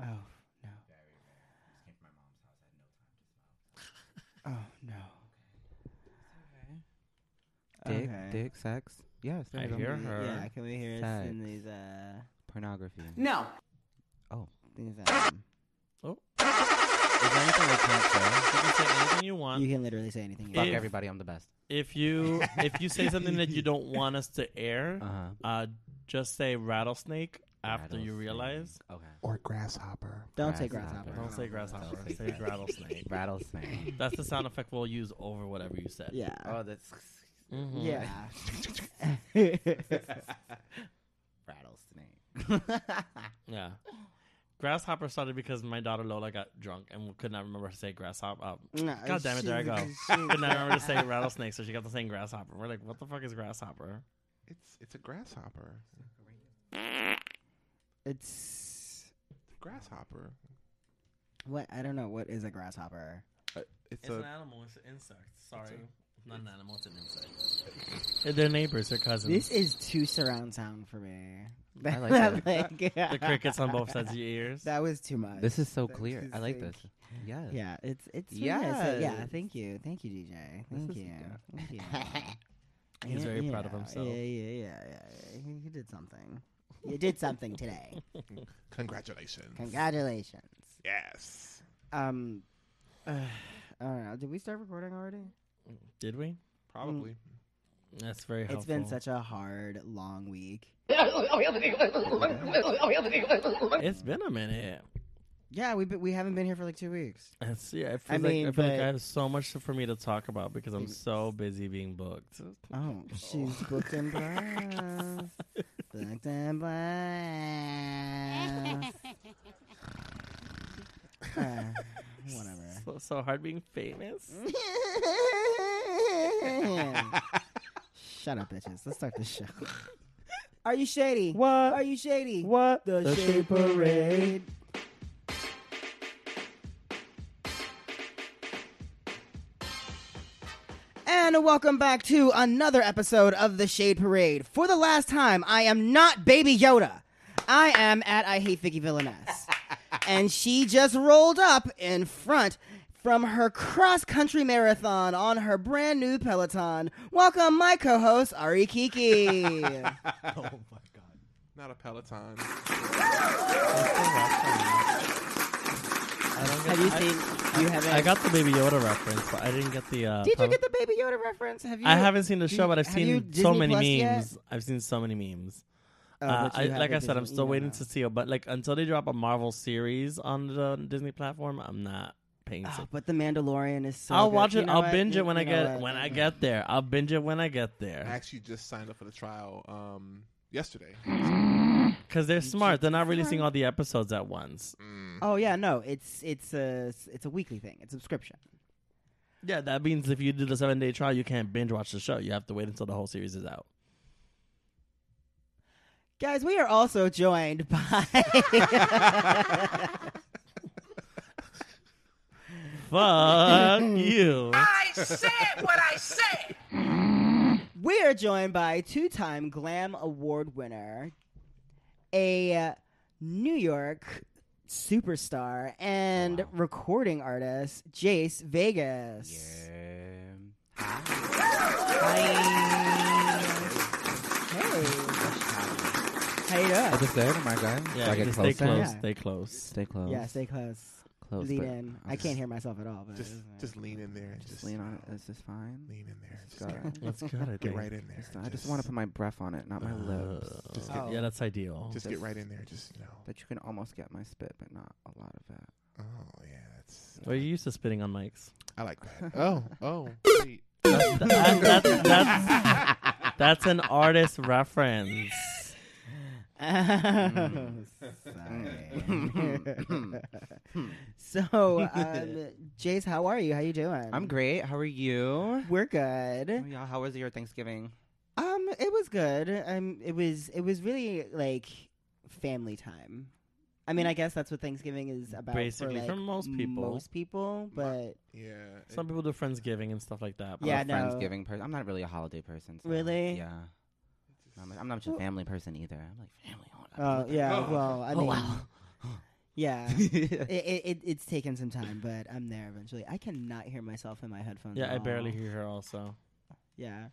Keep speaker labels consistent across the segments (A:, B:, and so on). A: Oh,
B: Dick, sex. Yes, there
C: I
B: you go.
C: hear her.
A: Oh, Yeah, can we hear us in
B: Sex.
A: these uh
B: Pornography.
D: No.
B: Oh,
A: things? Um,
B: is there anything I can't say?
C: You can say anything you want.
A: um, you can literally say anything. you
B: Fuck
A: want.
C: If-
B: everybody, I'm the best.
C: If you if you say something that you don't want us to air,
B: Uh huh.
C: uh, just say rattlesnake after you realize.
B: Okay.
E: or grasshopper.
A: Don't say
B: Grasshopper.
A: grasshopper.
C: Don't say grasshopper. say rattlesnake.
B: Rattlesnake.
C: That's the sound effect we'll use over whatever you said.
A: Yeah.
B: oh, that's
C: Mhm.
A: Yeah.
B: rattlesnake.
C: Yeah. Grasshopper started because my daughter Lola got drunk and could not remember to say grasshopper. Uh,
A: No,
C: God damn it, there I go.
A: she's-
C: could not remember to say rattlesnake, so she got the saying grasshopper. We're like, what the fuck is grasshopper?
E: It's it's a grasshopper.
A: It's
E: Grasshopper.
A: what I don't know. What is a grasshopper?
E: Uh, it's,
C: It's
E: a
C: an animal. It's an insect. Sorry. not an animal. It's an insect. They're neighbors. They're cousins.
A: This is too surround sound for me.
B: I like
A: Like,
C: the crickets on both sides of your ears.
A: That was too much.
B: this is so
A: That
B: clear.
A: is
B: I like
A: sick.
B: this. Yes.
A: Yeah, it's it's yeah, yeah.
B: Yes.
A: Thank you, thank you, DJ. Thank you, thank you.
C: He's
A: Yeah,
C: very proud of
A: yeah,
C: himself.
A: Yeah, yeah, yeah, yeah. yeah. He, he did something. You did something today.
E: congratulations.
A: Congratulations.
E: yes.
A: Um, uh, I don't know. Did we start recording already?
C: Did we?
E: Probably.
B: Mm.
C: That's very helpful.
A: It's been such a hard, long week.
C: It's been a minute.
A: Yeah, we we haven't been here for like two weeks.
C: It's, yeah, it
A: I
C: feels
A: mean,
C: like, I feel like
A: but-
C: I have so much for me to talk about because I'm so busy being booked.
A: Oh, she's booked and blessed. booked and blessed. Uh, whatever.
C: So, so hard being famous.
A: Shut up, bitches. Let's start the show. Are you shady?
C: What?
A: Are you shady?
C: What?
A: The, Shade Parade. And welcome back to another episode of The Shade Parade. For the last time, I am not Baby Yoda. I am at I Hate Vicky Villaness. and she just rolled up in front from her cross country marathon on her brand new Peloton. Welcome, my co host, Ari Kiki.
E: Not a Peloton.
A: Have you seen? You haven't.
C: I got the Baby Yoda reference, but I didn't get the. Uh,
A: Did you
C: Pam-
A: get the Baby Yoda reference? Have you?
C: I haven't seen the
A: do
C: show,
A: you-
C: but I've
A: have you
C: seen so
A: Disney
C: many
A: Plus yet?
C: memes. I've seen so many memes.
A: Oh,
C: Uh,
A: but you
C: I,
A: have
C: like
A: the
C: I said, I'm
A: Disney-
C: still
A: you
C: waiting
A: know.
C: to see. But like until they drop a Marvel series on the Disney platform, I'm not paying.
A: Oh,
C: attention.
A: but the Mandalorian is so.
C: I'll
A: good.
C: watch
A: You
C: it.
A: know
C: I'll
A: what?
C: binge
A: You-
C: it when
A: you
C: I
A: know
C: get
A: what?
C: when I get there. I'll binge it when I get
E: I
C: there
E: actually just signed up for the trial um yesterday.
C: because they're smart. They're not releasing all the episodes at once.
A: Oh yeah, no, it's it's a it's a weekly thing. It's subscription.
C: Yeah, that means if you do the seven day trial, you can't binge watch the show. You have to wait until the whole series is out.
A: Guys, we are also joined by.
C: Fuck you.
A: we are joined by two-time Glam Award winner, a New York superstar, and
B: Oh, wow.
A: recording artist, Jace Vegas.
B: Yeah.
A: Hey, how you
B: I
A: doing?
B: just there, my guy. Do
C: Yeah,
B: I get
C: just stay close.
A: Yeah.
C: Stay close.
B: Stay close.
A: Yeah, stay close.
B: close.
A: lean
B: but
A: in.
B: I'll
A: I can't hear myself at all. But
E: Just just lean in there. and
B: Just lean on it. Is this fine?
E: Lean in there. Just
B: Got
E: get,
B: it.
C: That's good. I think.
E: get right in there.
B: Just- I just want to put my breath on it, not my lips.
C: Uh,
E: Just
A: get-
C: Yeah, that's ideal.
E: Just
B: just-
E: get right in there. Just you know.
B: But you can almost get my spit, but not a lot of it.
E: Oh yeah, that's.
C: Well, you're used to spitting on mics.
E: I like that. Oh oh. wait.
C: That's, that- that's, that's- that's an artist reference.
B: Mm.
A: Sorry. so, um, Jace, how are you? How you doing?
B: I'm great. How are you?
A: We're good.
B: Yeah, how was your Thanksgiving?
A: Um, it was good. Um, it was it was really like family time. I mean, I guess that's what Thanksgiving is about.
C: Basically,
A: for, like,
C: for most people.
A: most people, but
E: Yeah. it-
C: Some people do Friendsgiving and stuff like that. but-
A: Yeah,
B: I'm a
A: no.
B: Friendsgiving person. I'm not really a holiday person. so,
A: Really?
B: Yeah. I'm, I'm not much a family person either. I'm like family.
A: oh yeah. Well, I
B: Oh,
A: mean,
B: wow.
A: yeah.
B: yeah.
A: it, it, it- it's taken some time, but I'm there eventually. I cannot hear myself in my headphones.
C: Yeah,
A: at
C: I
A: all.
C: barely hear her also.
A: Yeah.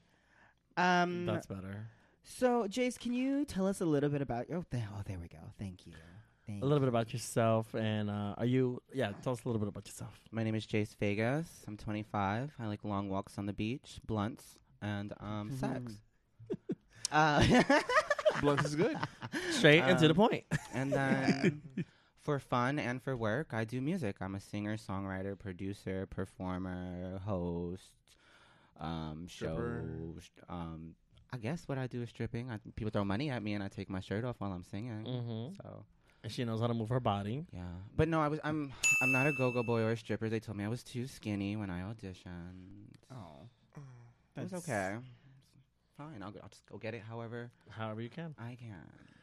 A: Um,
C: That's better.
A: so, Jace, can you tell us a little bit about your? Oh, th- oh there we go. Thank you. Thank
C: A little bit
A: you.
C: about yourself, and uh, are you? Yeah, tell us a little bit about yourself.
B: My name is Jace Vegas. I'm 25. I like long walks on the beach, blunts, and um,
A: Mm-hmm.
B: sex.
A: Uh,
E: Blunt is good.
C: Straight and to the
B: Um,
C: point.
B: And then for fun and for work, I do music. I'm a singer, songwriter, producer, performer, host, um,
E: Stripper.
B: show. sh- Um, I guess what I do is stripping. I, people throw money at me, and I take my shirt off while I'm singing.
C: hmm
B: So
C: And she knows how to move her body.
B: yeah, but no, I was I'm I'm not a go-go boy or a stripper. They told me I was too skinny when I auditioned.
A: oh,
B: It was
A: that's-
B: okay. Fine, I'll, go, I'll just go get it however
C: However you can.
B: I can.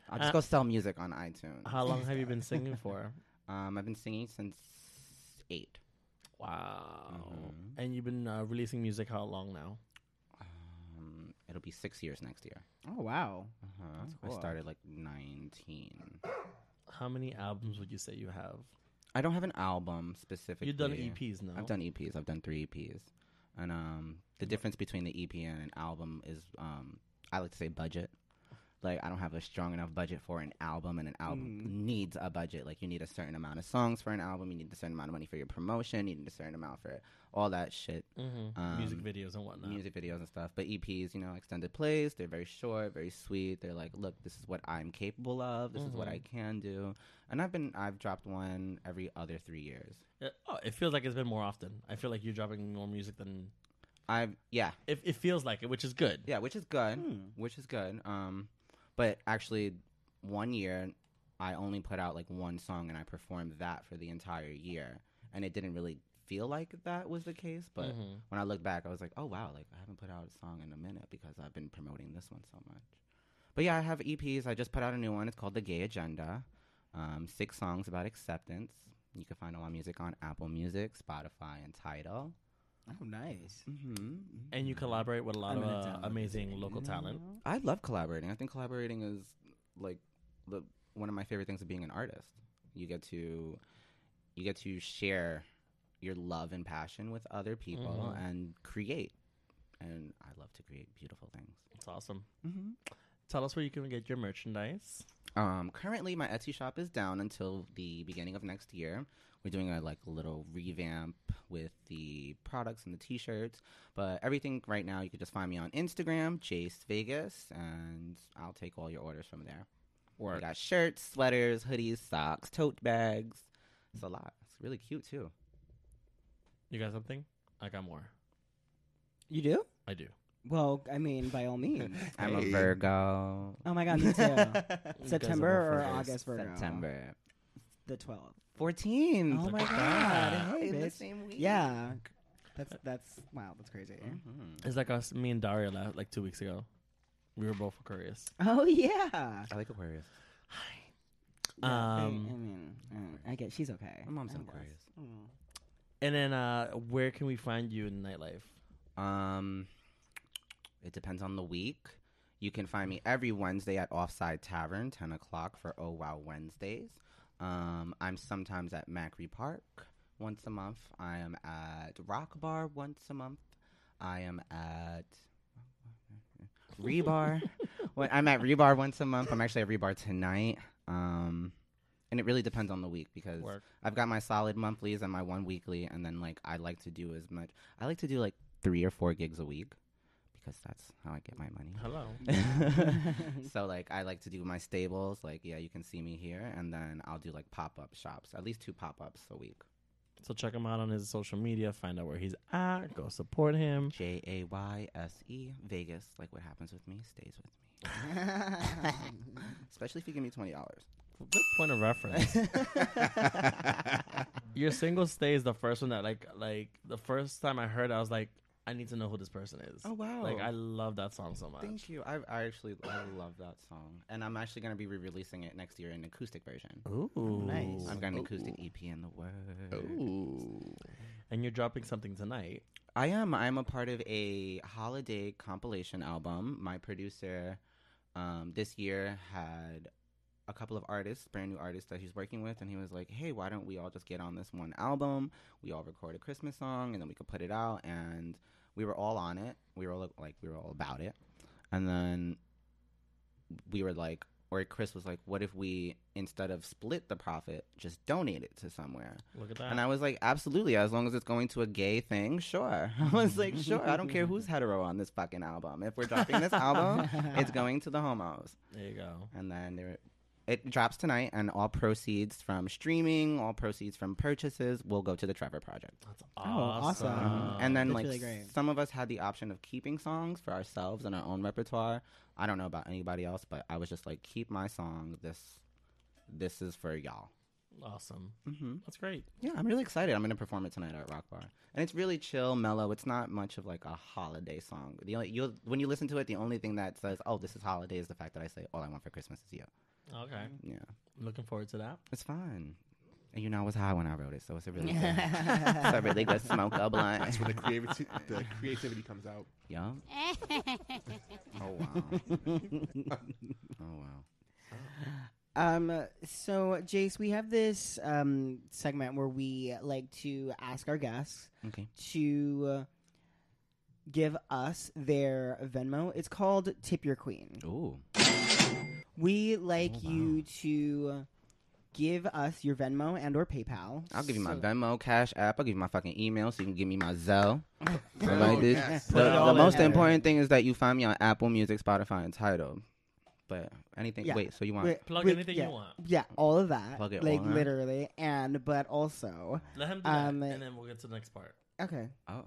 B: I'll just
C: Uh,
B: go sell music on iTunes.
C: How long have you been singing for?
B: Um, I've been singing since eight.
C: Wow.
B: Mhm.
C: And you've been uh, releasing music how long now?
B: Um, it'll be six years next year.
A: Oh wow.
B: Uh-huh.
A: That's cool.
B: I started like 19.
C: How many albums would you say you have?
B: I don't have an album specifically.
C: You've done E EPs now.
B: I've done EPs. I've done three EPs. And um, the difference between the EP and an album is, um, I like to say budget. Like I don't have a strong enough budget for an album, and an album
A: Mm.
B: needs a budget. Like you need a certain amount of songs for an album. You need a certain amount of money for your promotion. You need a certain amount for all that shit.
C: Mhm. music
B: um,
C: videos and whatnot.
B: music videos and stuff. But EPs, you know, extended plays, they're very short, very sweet. They're like, look, this is what I'm capable of. This is what I can do. And I've been, I've dropped one every other three years.
C: Yeah, oh, it feels like it's been more often. I feel like you're dropping more music than
B: I've, yeah,
C: it, it feels like it, which is good.
B: yeah, which is good,
A: Hmm.
B: which is good. Um, but actually, one year I only put out like one song and I performed that for the entire year, and it didn't really feel like that was the case, but.
C: Mhm.
B: When I look back, I was like, oh wow, like I haven't put out a song in a minute because I've been promoting this one so much. But yeah, I have EPs. I just put out a new one. It's called The Gay Agenda. Um, six songs about acceptance. You can find all my music on Apple Music, Spotify, and Tidal.
A: Oh, nice.
B: Mm-hmm.
C: and you collaborate with a lot
A: I'm
C: of
A: gonna
C: uh,
A: download this
C: amazing
A: thing
C: local
A: now.
C: talent.
B: I love collaborating. I think collaborating is like the, one of my favorite things of being an artist. You get to you get to share your love and passion with other people
C: Mhm.
B: and create. And I love to create beautiful things.
C: It's awesome.
B: Mm-hmm.
C: Tell us where you can get your merchandise.
B: Um, currently, my Etsy shop is down until the beginning of next year. We're doing a like little revamp with the products and the T-shirts, but everything right now you can just find me on Instagram, Jace Vegas, and I'll take all your orders from there. I got shirts, sweaters, hoodies, socks, tote bags. It's a lot. It's really cute too.
C: You got something? I got more.
A: You do?
C: I do.
A: Well, I mean, by all means.
B: I'm a
E: Hey.
B: Virgo.
A: Oh my God, me too.
C: You guys
A: September
C: are both
A: or
C: Virgos.
A: August Virgo?
B: September
A: The twelfth.
B: 14th.
A: Oh my
C: at
A: God!
C: that.
A: Hey,
B: In the
A: bitch.
B: same week.
A: Yeah, that's that's wow. That's crazy.
B: Mhm.
C: It's like us, me and Daria left like two weeks ago. We were both Aquarius.
A: Oh yeah.
B: I like Aquarius.
A: Yeah, I-
C: Um,
A: I, mean, uh, I get she's okay.
B: My mom's
A: I
B: an
A: guess.
B: Aquarius.
A: Mm.
C: And then, uh, where can we find you in nightlife?
B: Um, it depends on the week. You can find me every Wednesday at Offside Tavern, ten o'clock for Oh Wow Wednesdays. Um, I'm sometimes at Macri Park once a month. I am at Rock Bar once a month. I am at Rebar. when I'm at Rebar once a month. I'm actually at Rebar tonight. Um, and it really depends on the week because
C: Work.
B: I've got my solid monthlies and my one weekly, and then like I like to do as much. I like to do like three or four gigs a week because that's how I get my
C: Hello.
B: money. so like I like to do my stables. Like yeah, you can see me here, and then I'll do like pop up shops, at least two pop ups a week.
C: So check him out on his social media. Find out where he's at. Go support him.
B: J A Y S E Vegas. Like what happens with me stays with me. Especially if you give me twenty dollars.
C: Good point of reference. Your single stay is the first one that like like the first time I heard, it, I was like, I need to know who this person is.
B: Oh, wow!
C: Like I love that song so much.
B: Thank you. I, I actually I love that song, and I'm actually gonna be re-releasing it next year in acoustic version.
C: Ooh,
A: Nice.
B: I've got an acoustic EP in the works.
E: Oh, Ooh.
C: And you're dropping something tonight.
B: I am. I'm a part of a holiday compilation album. My producer um, this year had a couple of artists, brand new artists that he's working with, and he was like, "Hey, why don't we all just get on this one album? We all record a Christmas song, and then we could put it out." And we were all on it. We were all like, we were all about it. And then we were like, or Chris was like, what if we, instead of split the profit, just donate it to somewhere?
C: Look at that.
B: And I was like, absolutely, as long as it's going to a gay thing, sure. I was like, sure, I don't care who's hetero on this fucking album. If we're dropping this album, it's going to the homos.
C: there you go.
B: And then there, it drops tonight, and all proceeds from streaming, all proceeds from purchases will go to the Trevor Project.
C: That's
A: Oh, awesome.
C: awesome.
A: Um,
B: and then,
A: that's
B: like,
A: really great.
B: some of us had the option of keeping songs for ourselves and our own repertoire. I don't know about anybody else, but I was just like, keep my song. This, this is for y'all.
C: awesome.
A: Mm-hmm.
B: hmm
C: That's great.
B: Yeah, I'm really excited. I'm going to perform it tonight at Rock Bar. And it's really chill, mellow. It's not much of like a holiday song. The only, you'll, when you listen to it, the only thing that says, oh, this is holiday is the fact that I say, all I want for Christmas is you.
C: Okay.
B: Yeah.
C: Looking forward to that.
B: It's fun. And you know, I was high when I wrote it, so it's a really good, it's a really good smoke a blunt.
E: That's where the creativity, the creativity comes out.
B: Yeah. Oh wow. oh wow.
A: Um, so Jace, we have this um segment where we like to ask our guests
B: Okay.
A: to give us their Venmo. It's called Tip Your Queen.
B: Ooh.
A: We like
B: Oh, wow.
A: you to give us your Venmo and or PayPal.
B: I'll give you my
A: So-
B: Venmo, Cash App. I'll give you my fucking email, so you can give me my Zelle.
E: Zelle,
B: like this.
E: yes.
A: Put it
B: the
A: all
B: the
A: in
B: most
A: there.
B: important thing is that you find me on Apple Music, Spotify, and Tidal. But anything.
A: Yeah.
B: Wait. So you want?
A: Wait,
C: Plug
A: wait,
C: anything
A: yeah,
C: you want.
A: Yeah, all of that.
B: Plug it
A: like
B: all in.
A: literally, and but also,
C: Let him do
A: Um,
C: that, and then we'll get to the next part.
A: okay.
B: Oh.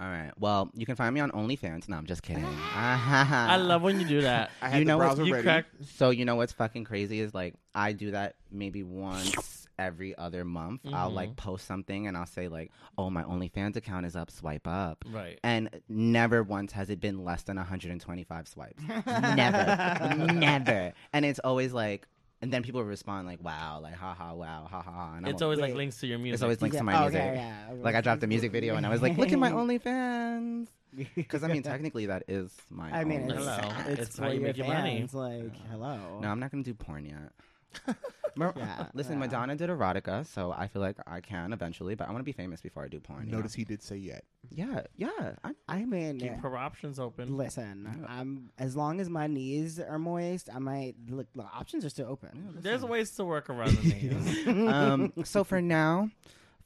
B: All right. Well, you can find me on OnlyFans. No, I'm just kidding.
A: uh,
C: I love when you do that.
E: I had
B: You
E: the
B: know what's-
E: browser
C: you
E: ready.
C: crack.
B: So you know what's fucking crazy is like I do that maybe once every other month. I'll like
A: Mm-hmm.
B: post something and I'll say like, "Oh, my OnlyFans account is up. Swipe up."
C: Right.
B: And never once has it been less than 125 swipes. never, never. And it's always like, and then people respond like, "Wow, like haha, wow, haha." ha." And I'm
C: It's always like
A: Wait.
C: links to your music.
B: it's always links
A: Yeah,
B: to
A: Oh,
B: my
A: okay,
B: music.
A: yeah, okay.
B: Like I dropped a music video and I was like, "Look at my OnlyFans," because I mean technically that is my.
A: I mean, it's,
B: OnlyFans.
C: Hello.
A: it's,
C: It's
A: for
C: how you
A: your
C: make your money.
A: fans. Like, hello.
B: No, I'm not gonna do porn yet. Mar-
A: Yeah,
B: Listen,
A: yeah.
B: Madonna did erotica, so I feel like I can eventually, but I want to be famous before I do porn. you
E: Notice he did say yet.
B: know? Yeah, yeah. I,
A: I mean,
C: Keep her options open.
A: listen. I'm as long as my knees are moist, I might look. The options are still open.
C: There's ways to work around the names.
B: um, so for now,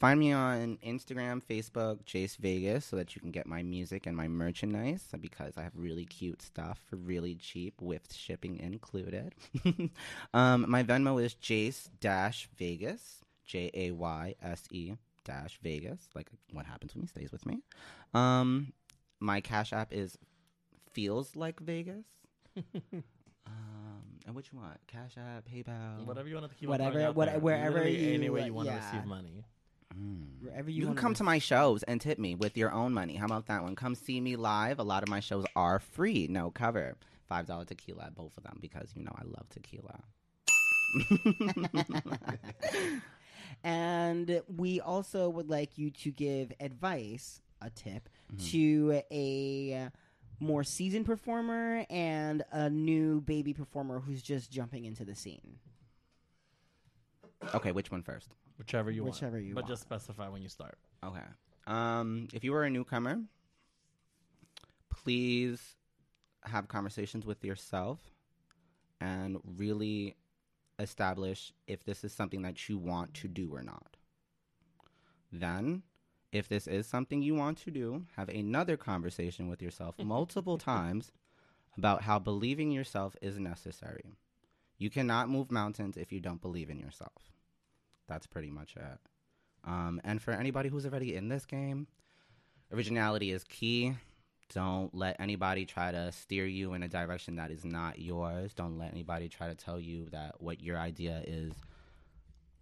B: find me on Instagram, Facebook, Jace Vegas, so that you can get my music and my merchandise because I have really cute stuff for really cheap with shipping included. um, my Venmo is Jace Dash Vegas, J A Y S E Dash Vegas. Like what happens with me stays with me. Um, my Cash App is feels like Vegas. Um, and what you want? Cash App, PayPal,
C: Whatever you want to keep. on
A: Whatever-
C: throwing out
A: what-
C: there.
A: wherever
C: Literally
A: you-
C: anywhere you want to
A: yeah.
C: receive money.
B: Hmm.
A: Wherever you,
B: You, can
A: wanna
B: come
A: be.
B: to my shows and tip me with your own money. How about that one? Come see me live. A lot of my shows are free, no cover. Five dollar tequila at both of them because you know I love tequila.
A: And we also would like you to give advice, a tip,
B: Mm-hmm.
A: to a more seasoned performer and a new baby performer who's just jumping into the scene.
B: Okay, which one first?
C: Whichever you want.
A: Whichever you
C: But
A: want.
C: just specify when you start.
B: Okay. Um, if you are a newcomer, please have conversations with yourself and really establish if this is something that you want to do or not. Then, if this is something you want to do, have another conversation with yourself multiple times about how believing yourself is necessary. You cannot move mountains if you don't believe in yourself. That's pretty much it. Um, and for anybody who's already in this game, originality is key. Don't let anybody try to steer you in a direction that is not yours. Don't let anybody try to tell you that what your idea is.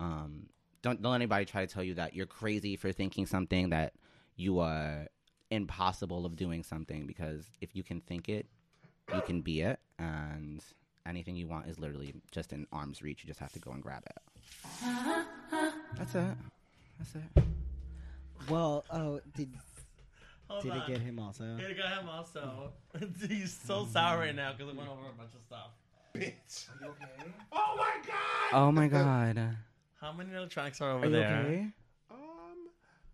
B: Um, don't, don't let anybody try to tell you that you're crazy for thinking something that you are impossible of doing something because if you can think it, you can be it. And anything you want is literally just in arm's reach. You just have to go and grab it. That's it. That's it.
A: Well, oh, did did it
C: on.
A: get him also?
C: Here got him also. He's so sour right now because it went over a bunch of stuff.
E: Bitch. Oh my god.
B: Oh my god. Are
C: How many electronics are over
B: you
C: there?
B: okay?
E: Um,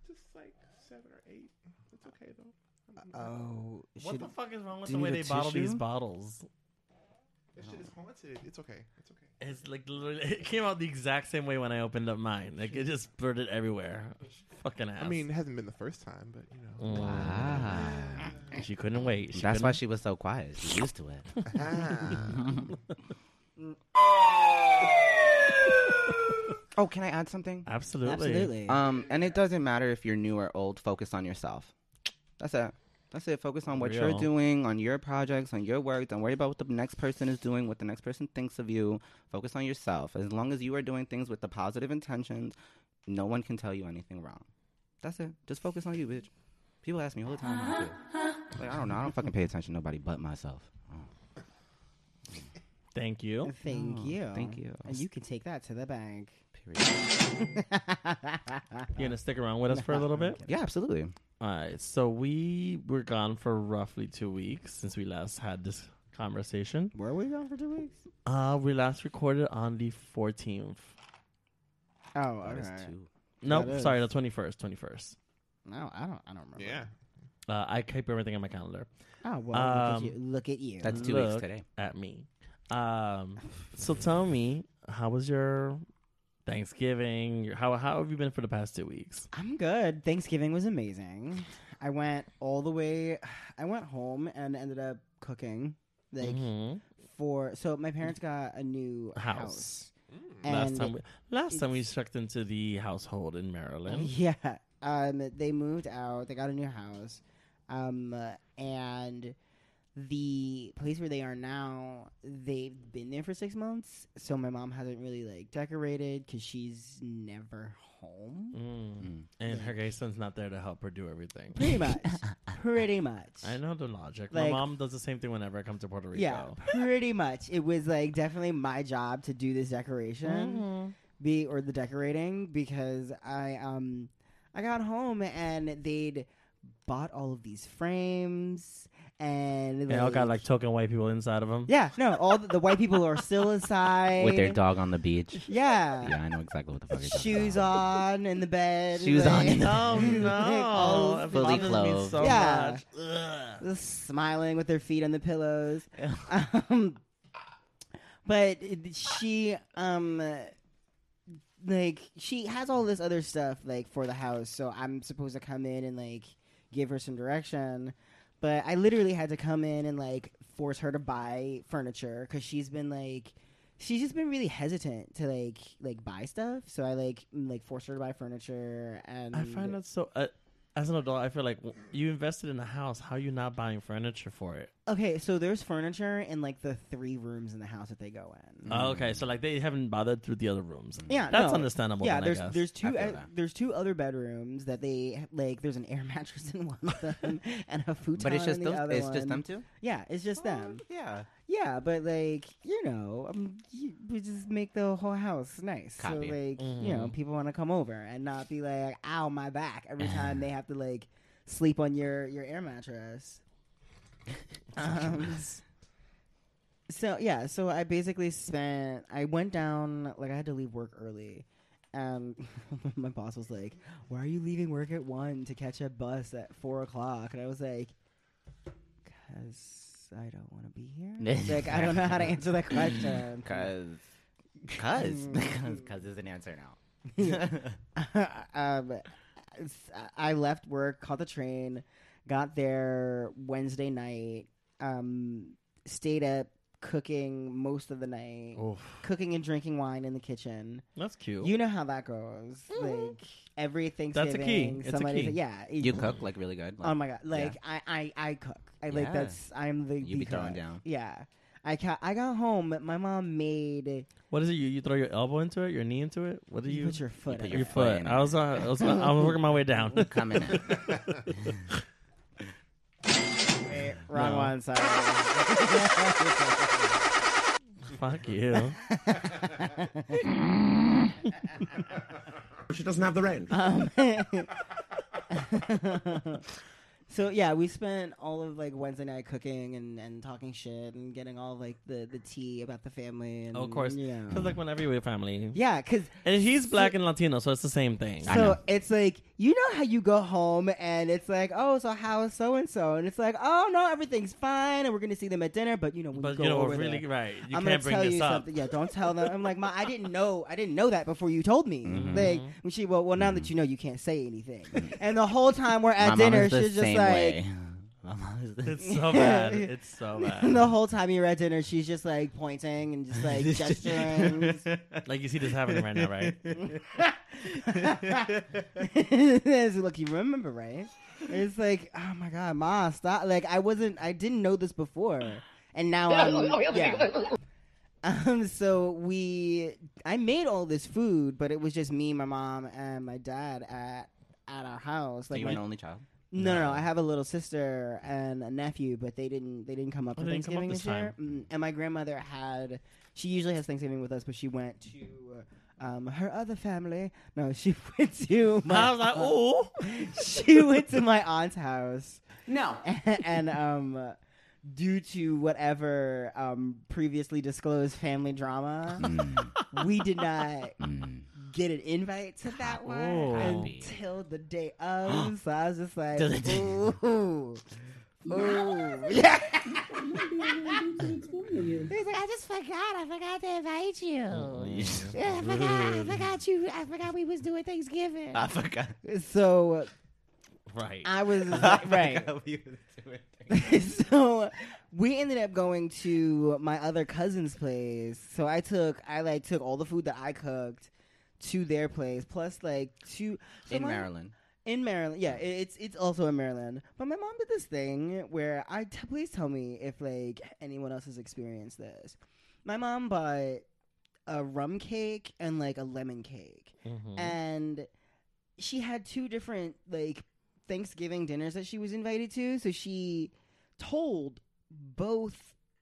E: just like seven or eight. It's okay though.
A: Oh,
C: What
A: should,
C: the fuck is wrong with
A: do
C: the
A: you
C: way
A: need a
C: they bottle these
A: tissue?
C: bottles?
E: This shit is haunted. It's okay. It's okay.
C: It's like literally, it came out the exact same way when I opened up mine. Like it just spurted everywhere. Fucking ass.
E: I mean, it hasn't been the first time, but you know.
B: Ah.
C: she couldn't wait. She
B: That's
C: couldn't-
B: why she was so quiet. She's used to it.
E: Ah.
B: oh, can I add something?
C: Absolutely.
A: absolutely.
B: Um, and it doesn't matter if you're new or old. Focus on yourself. That's it. That's it. Focus on what
C: Real.
B: you're doing, on your projects, on your work. Don't worry about what the next person is doing, what the next person thinks of you. Focus on yourself. As long as you are doing things with the positive intentions, no one can tell you anything wrong. That's it. Just focus on you, bitch. People ask me all the time. What I do. Like I don't know. I don't fucking pay attention to nobody but myself. Oh.
C: Thank you.
A: thank
B: oh,
A: you.
B: thank you.
A: And you can take that to the bank.
B: Period.
C: You gonna stick around with us for a little bit?
B: Yeah, absolutely.
C: All right. So we were gone for roughly two weeks since we last had this conversation.
A: Were we gone for two weeks?
C: Uh, we last recorded on the 14th.
A: Oh,
B: That is
A: alright.
B: too-
C: No,
A: That
C: sorry, the
A: is-
C: 21st. 21st.
A: No, I don't. I don't remember.
E: Yeah.
C: Uh, I keep everything on my calendar.
A: Oh well,
C: Um,
A: look at you. Look at you.
B: That's two
C: Look.
B: weeks today.
C: At me. Um, so tell me, how was your Thanksgiving? Your, how how have you been for the past two weeks?
A: I'm good. Thanksgiving was amazing. I went all the way. I went home and ended up cooking like
C: Mhm.
A: for. So my parents got a new
C: House. Mm.
A: house. And
C: Last time, we, last time we
A: it's-
C: checked into the household in Maryland. Mm.
A: Yeah. Um, they moved out. They got a new house. Um, and the place where they are now, they've been there for six months. So my mom hasn't really like decorated because she's never home.
C: Mm.
B: Mm.
C: And her gay son's not there to help her do everything.
A: Pretty much. Pretty much.
C: I know the logic. My
A: Like-
C: mom does the same thing whenever I come to Puerto Rico.
A: Yeah, pretty much. It was like definitely my job to do this decoration,
C: Mm-hmm.
A: be or the decorating because I um I got home and they'd bought all of these frames and
C: They all got like token white people inside of them.
A: yeah no all the, the white people are still inside
B: With their dog on the beach.
A: yeah,
B: Yeah, I know exactly what the fuck you're talking
A: shoes
B: about.
A: on in the bed
B: Shoes on in the-
C: Oh no!
A: All
C: It
B: fully
C: bothers me
B: clothed.
C: So
A: Yeah.
C: much. Ugh.
A: just smiling with their feet on the pillows. um, but it- she, um, like she has all this other stuff like for the house, so I'm supposed to come in and like give her some direction. But I literally had to come in and like force her to buy furniture because she's been like. She's just been really hesitant to like like buy stuff, so I like m- like forced her to buy furniture and
C: I find that so. Uh, as an adult, I feel like w- you invested in a house. How are you not buying furniture for it?
A: okay. So there's furniture in like the three rooms in the house that they go in.
C: Oh, okay, so like they haven't bothered through the other rooms.
A: Yeah,
C: that's
A: no.
C: understandable.
A: Yeah,
C: then, I
A: there's
C: guess.
A: there's
B: I
A: two
B: feel
A: uh,
B: that.
A: there's two other bedrooms that they like. There's an air mattress in one of them and a futon
B: But it's just
A: in the
B: those,
A: other
B: it's
A: one.
B: just them two.
A: Yeah, it's just them.
E: Oh,
B: Yeah.
A: Yeah, but like you know, um, you, we just make the whole house nice. So
B: Copy.
A: like you know,
C: Mhm.
A: people want to come over and not be like, "Ow, my back!" Every time they have to like sleep on your your air mattress. Um, so yeah, so I basically spent. I went down like I had to leave work early, and my boss was like, "Why are you leaving work at one to catch a bus at four o'clock?" And I was like, "Cause I don't want to be here." like I don't know how to answer that question. Hmm.
B: Cause, cause, cause, cause is an answer now.
A: Yeah. um, s- I left work, caught the train, got there Wednesday night, um, stayed up cooking most of the night,
C: Oof.
A: cooking and drinking wine in the kitchen.
C: That's cute.
A: You know how that goes. Like every
C: That's
A: Thanksgiving,
C: a key. It's a
A: somebody's
C: key.
A: yeah.
B: you cook like really good. Like,
A: Oh my god! Like I, I, I cook. I like
B: Yeah.
A: that's I'm the
B: You
A: the
B: be throwing
A: cook.
B: down.
A: Yeah, I ca- I got home. My mom made
C: what is it? You, you throw your elbow into it, your knee into it. What do
A: you,
C: you?
A: put your foot.
B: put
A: in
B: your
C: your
A: it.
B: foot
C: foot.
B: in
C: I was, uh, I was I was working my way down.
B: coming. In.
A: Wait, wrong
C: No.
A: one. Sorry.
C: Fuck you.
E: She doesn't have the range.
A: Um, So yeah, we spent all of like Wednesday night cooking and, and talking shit and getting all like the, the tea about the family. And,
C: Oh, of course.
A: you know.
C: Because like whenever you're with family,
A: yeah, because
C: and he's black and Latino, so it's the same thing.
B: I
A: So
B: know.
A: it's like you know how you go home and it's like, oh, so how is so and so? And it's like, oh no, everything's fine, and we're gonna see them at dinner. But you know, when you
C: but
A: go
C: you know,
A: over
C: really
A: there,
C: right. You
A: I'm
C: can't
A: gonna
C: bring
A: tell
C: this
A: you
C: up.
A: something. Yeah, don't tell them. I'm like, ma, I didn't know, I didn't know that before you told me.
C: Mm-hmm.
B: Mhm.
A: Like, when she, well, well, now that you know, you can't say anything. and the whole time we're at
B: My mom
A: dinner,
B: is the
A: she's just
B: same way.
A: like.
B: My mom is the
C: It's so bad. It's so bad.
A: the whole time you're at dinner, she's just like pointing and just like gesturing.
C: like you see this happening right now, right?
A: It's like, Look, you remember, right? It's like, oh my god, ma, stop! Like, I wasn't, I didn't know this before, and now I'm, yeah. Um, so we, I made all this food, but it was just me, my mom, and my dad at at our house.
B: Are
A: Like,
B: you
A: my,
B: an
A: no,
B: only child?
A: no,
C: No.
A: I have a little sister and a nephew, but they didn't, they didn't come up
C: Oh,
A: for
C: they didn't come up
A: Thanksgiving year.
C: this
A: Mm, And my grandmother had, she usually has Thanksgiving with us, but she went to. Um, her other family. No, she went to. my
C: I was like,
A: aunt-
C: oh,
A: she went to my aunt's house
B: No.
A: and, um due to whatever um previously disclosed family drama
B: Mm,
A: we did not get an invite to that one
C: Ooh.
A: until the day of so i was just like
C: Till the day-
A: ooh ooh yeah He's like, I just forgot. I forgot to invite you. Yeah, I forgot. I forgot you. I forgot we was doing Thanksgiving.
B: I forgot.
A: So
C: right.
A: I was
B: I
A: like,
B: forgot
A: right.
B: we were doing things.
A: so we ended up going to my other cousin's place. So I took I like took all the food that I cooked to their place, plus like two so
B: In
A: my-
B: Maryland.
A: In Maryland, yeah, it- it's it's also in Maryland. But my mom did this thing where I t- please tell me if like anyone else has experienced this. My mom bought a rum cake and like a lemon cake
B: Mm-hmm.
C: Mhm.
A: and she had two different like Thanksgiving dinners that she was invited to. So she told both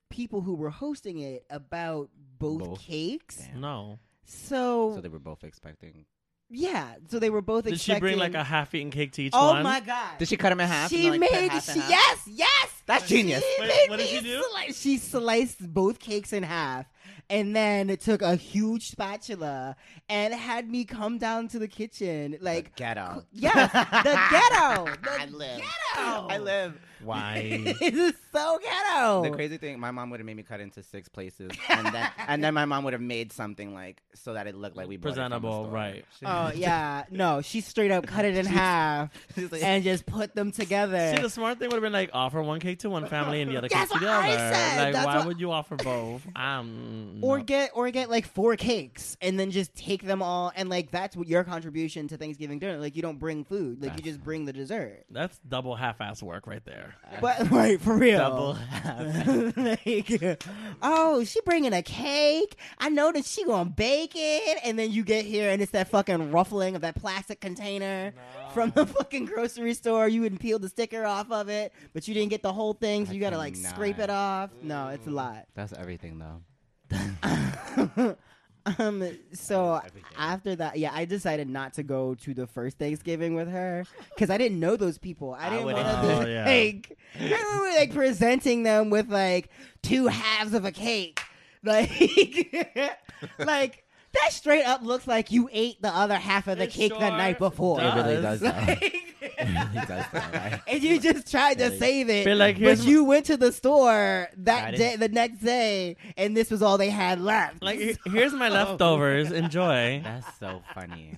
A: people who were hosting it about both,
B: Both.
A: cakes.
B: Damn.
C: no.
A: So,
B: So they were both expecting.
A: yeah, so they were both.
C: Did
A: expecting,
C: she bring like a half-eaten cake to each
A: Oh
C: one?
A: my god!
B: Did she cut him in half?
A: she
B: and, like, put
A: made
B: half
A: she,
B: and half?
A: yes, yes.
B: That's genius.
A: She
C: Wait,
A: made
C: what did
A: me
C: she do?
A: sli- she sliced both cakes in half and then took a huge spatula and had me come down to the kitchen like
B: ghetto.
A: Oh, Yes, the ghetto. The
B: I live.
A: Ghetto.
B: I live.
C: Why?
A: it is so ghetto.
B: The crazy thing, my mom would have made me cut into six places, and then and then my mom would have made something like so that it looked like we brought it from the
C: Presentable,
B: store.
C: right.
B: She-
A: oh yeah, no, she straight up cut it in half
B: she's like-
A: and just put them together.
C: See, the smart thing would have been like offer one cake to one family and the other
A: That's
C: cake to the
A: what I
C: other.
A: said.
C: Like,
A: That's
C: why
A: what-
C: would you offer both? Um,
A: or
C: no.
A: get or get like four cakes and then just take them all and like that's what your contribution to Thanksgiving dinner. Like you don't bring food, like you just bring the dessert.
C: that's double half-ass work right there.
A: But right for real.
B: double half.
A: like, oh, she bringing a cake. I know that she gonna bake it, and then you get here and it's that fucking ruffling of that plastic container from the fucking grocery store. You wouldn't peel the sticker off of it, but you didn't get the whole thing, so
B: I
A: you gotta like
B: cannot.
A: scrape it off. No, it's a lot.
B: That's everything though.
A: um, so
B: everything.
A: after that, yeah, I decided not to go to the first Thanksgiving with her because I didn't know those people. I
B: I
A: didn't want
B: wouldn't
A: to
C: know.
A: be
C: Oh, yeah.
A: like, I remember like presenting them with like two halves of a cake, like, like that straight up looks like you ate the other half of the
C: It
A: cake the
C: sure
A: night before.
B: It really does.
C: Does.
B: Though.
A: Like-
B: it really does. Though, right?
A: and you just tried to
B: Really?
A: save it.
C: But, like,
A: but
C: here's-
A: you went to the store that
B: Got it.
A: day, the next day, and this was all they had left.
C: Like, he- here's my leftovers. Enjoy.
B: That's so funny.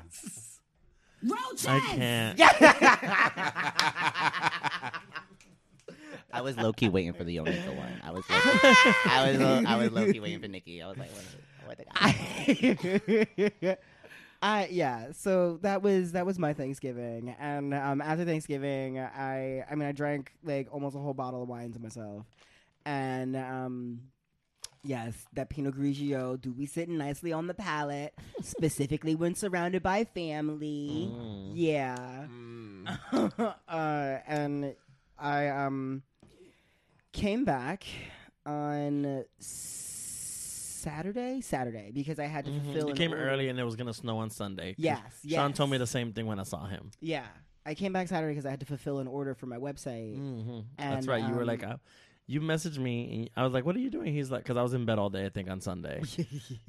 C: I can't.
B: I was low key waiting for the Onika one. I was low-key, I was low, I was low key waiting for Nikki. I was like, what, what the
A: I, I yeah. So that was that was my Thanksgiving, and um, after Thanksgiving, I I mean I drank like almost a whole bottle of wine to myself, and um. Yes, that Pinot Grigio do be sitting nicely on the palate, specifically when surrounded by family.
C: Mm.
A: Yeah.
E: Mm.
A: uh, and I um came back on Saturday, Saturday because I had to
C: Mhm.
A: fulfill.
C: You
A: an
C: came
A: order.
C: early and it was gonna snow on Sunday. 'cause
A: Yes, yes.
C: Sean told me the same thing when I saw him.
A: Yeah. I came back Saturday because I had to fulfill an order for my website.
C: hmm
A: And,
C: That's right. you were
A: um,
C: like, uh, you messaged me, and I was like, "What are you doing?" He's like, "Cause I was in bed all day, I think, on Sunday."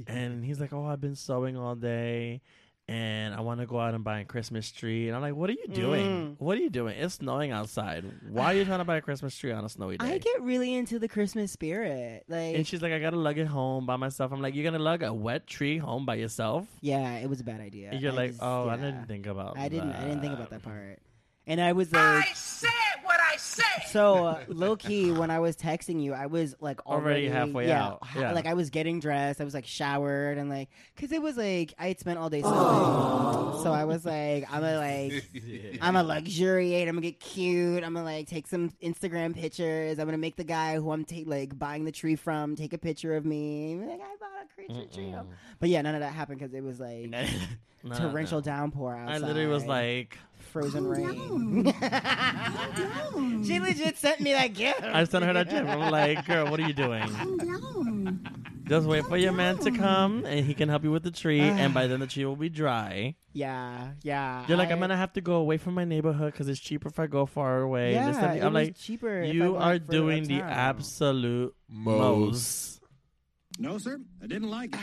C: and he's like, "Oh, I've been sewing all day, and I want to go out and buy a Christmas tree." And I'm like, "What are you
A: Mm.
C: doing? What are you doing? It's snowing outside. Why are you trying to buy a Christmas tree on a snowy day?"
A: I get really into the Christmas spirit. Like,
C: and she's like, "I gotta lug it home by myself." I'm like, "You're gonna lug a wet tree home by yourself?"
A: yeah, it was a bad idea.
C: And you're
A: I
C: like,
A: just-
C: "Oh, I
A: yeah.
C: didn't think about.
A: I didn't.
C: That.
A: I didn't think about that part. And I was like,
D: I said what I said.
A: so uh, low key when I was texting you, I was like already,
C: Already halfway
A: yeah,
C: out,
A: ha-
C: yeah.
A: Like I was getting dressed. I was like showered and like because it was like I had spent all day
D: Oh.
A: sewing, so I was like, I'm gonna like. I'm gonna luxuriate. I'm gonna get cute. I'm gonna like take some Instagram pictures. I'm gonna make the guy who I'm ta- like buying the tree from take a picture of me. Like I bought a creature tree,
C: Mm-mm.
A: but yeah, none of that happened because it was like
C: No, no,
A: torrential
C: no.
A: downpour
C: I
A: outside.
C: literally was like,
A: frozen rain. she legit sent me that gift.
C: I sent her that gym. I'm like, girl, what are you doing? Just wait for your man to come, and he can help you with the tree. and by then, the tree will be dry.
A: Yeah, yeah.
C: You're like,
A: I-
C: I'm gonna have to go away from my neighborhood because it's cheaper if I go far away.
A: Yeah,
C: this and
A: it
C: the- I'm
A: was
C: like,
A: cheaper. if I
C: you
A: went
C: are
A: further
C: doing the
A: uptown.
C: absolute
E: Most.
C: most.
F: No, sir, I didn't like it.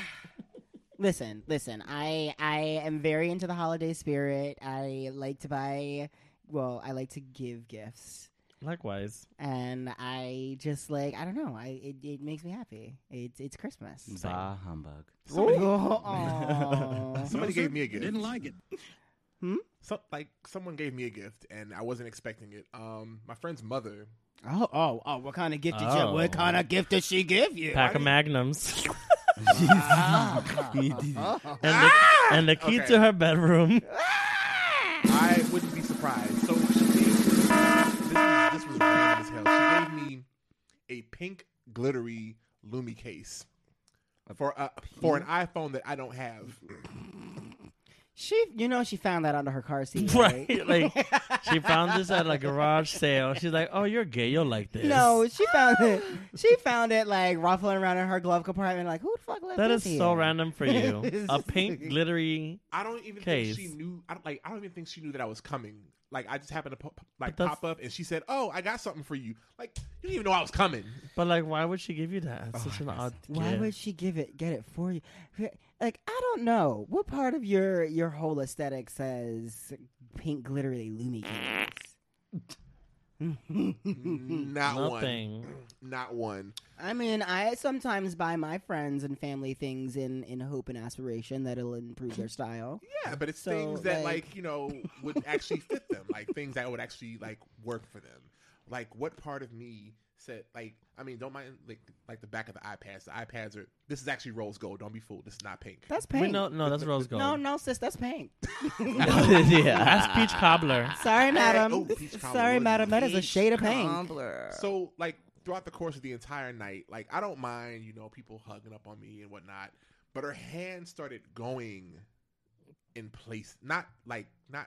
A: Listen, listen. I I am very into the holiday spirit. I like to buy. Well, I like to give gifts,
C: Likewise,
A: and I just like I don't know. I it, it makes me happy. It's it's Christmas.
B: Bah humbug.
E: Somebody,
A: Oh,
E: somebody gave me a
F: I
E: gift.
F: didn't like it.
E: So, like someone gave me a gift, and I wasn't expecting it. Um, my friend's mother.
A: oh, oh, oh, What kind of gift did you?
C: Oh.
A: What kind of gift did she give you? Ah.
C: pack of magnums. and, the, and the key
E: Ah! Okay.
C: to her bedroom.
E: I wouldn't be surprised. So she gave me, this, was, this was random as hell. She gave me a pink glittery Lumi case for a, for an iPhone that I don't have.
A: She, you know, she found that under her car seat, right?
C: Right? Like she found this at a garage sale. She's like, "Oh, you're gay. You'll like this."
A: No, she found it. She found it like ruffling around in her glove compartment. Like, who the fuck left
C: That is
A: this
C: so
A: here?
C: random for you.
A: It's
C: a
A: just-
C: pink glittery.
E: I don't even
C: Case.
E: think she knew. I don't, like I don't even think she knew that I was coming. Like I just happened to pop,
C: But
E: like
C: that's-
E: pop up, and she said, "Oh, I got something for you." Like you didn't even know I was coming.
C: But like, why would she give you that? It's such an
A: Oh,
C: odd.
A: Why
C: gift.
A: would she give it? Get it for you? Like, I don't know what part of your your whole aesthetic says pink glittery loomy. games?
E: Not one.
C: Nothing.
E: Not one.
A: I mean, I sometimes buy my friends and family things in in hope and aspiration that it'll improve their style.
E: Yeah, but it's
A: So,
E: things that
A: like-
E: like, you know would actually fit them, like things that would actually like work for them. Like what part of me said like I mean don't mind like like the back of the iPads. The iPads are this is actually rose gold. Don't be fooled. This is not pink.
A: That's pink.
C: We know. No, that's rose gold.
A: no, no, sis, that's pink.
C: yeah, that's peach cobbler.
A: Sorry, madam.
E: oh, peach cobbler,
A: Sorry,
E: wasn't
A: madam.
E: it?
A: That is a shade of pink.
E: So like throughout the course of the entire night, like I don't mind you know people hugging up on me and whatnot, but her hand started going in place, not like not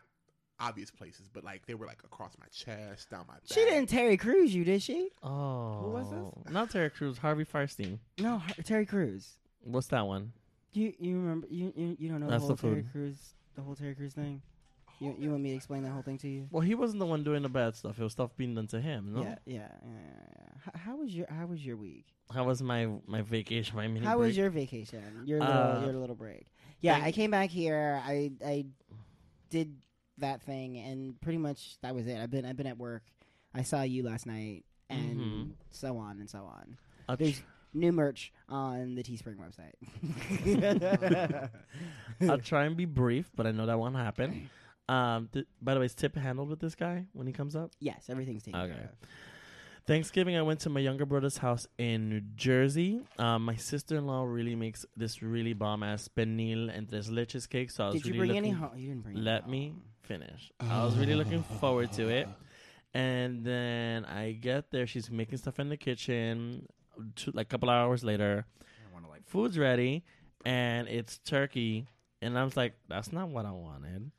E: obvious places, but like they were like across my chest, down my. Back.
A: She didn't Terry Crews you, did she?
C: Oh,
E: Who was this?
C: Not Terry Crews. Harvey Firestein.
A: No, her- Terry Crews.
C: What's that one?
A: You you remember you you, you don't know
C: That's
A: the
C: the
A: whole Terry
C: food.
A: Crews the whole Terry Crews thing. You you want me to explain that whole thing to you?
C: Well, he wasn't the one doing the bad stuff. It was stuff being done to him. No?
A: Yeah, yeah, yeah, yeah, yeah. H- How was your How was your week?
C: How was my my vacation? My mini
A: How was
C: break?
A: your vacation? Your little
C: Uh,
A: your little break. Yeah,
C: thank-
A: I came back here. I I did that thing, and pretty much that was it. I've been I've been at work. I saw you last night, and
C: Mhm.
A: so on and so on.
C: A
A: There's
C: tr-
A: new merch on the Teespring website.
C: I'll try and be brief, but I know that won't happen. Um, th- by the way, is tip handled with this guy when he comes up?
A: yes, everything's taken.
C: Okay.
A: Care of.
C: Thanksgiving, I went to my younger brother's house in New Jersey. Um, my sister in law really makes this really bomb ass penil and tres leches cake. So I was
A: Did you
C: really
A: bring any
C: looking-
A: home? You didn't bring. any
C: Let me
A: home.
C: finish. I was really looking forward to it. And then I get there. She's making stuff in the kitchen. Two, like a couple hours later,
B: I want to like.
C: food's ready, and it's turkey. And I was like, that's not what I wanted.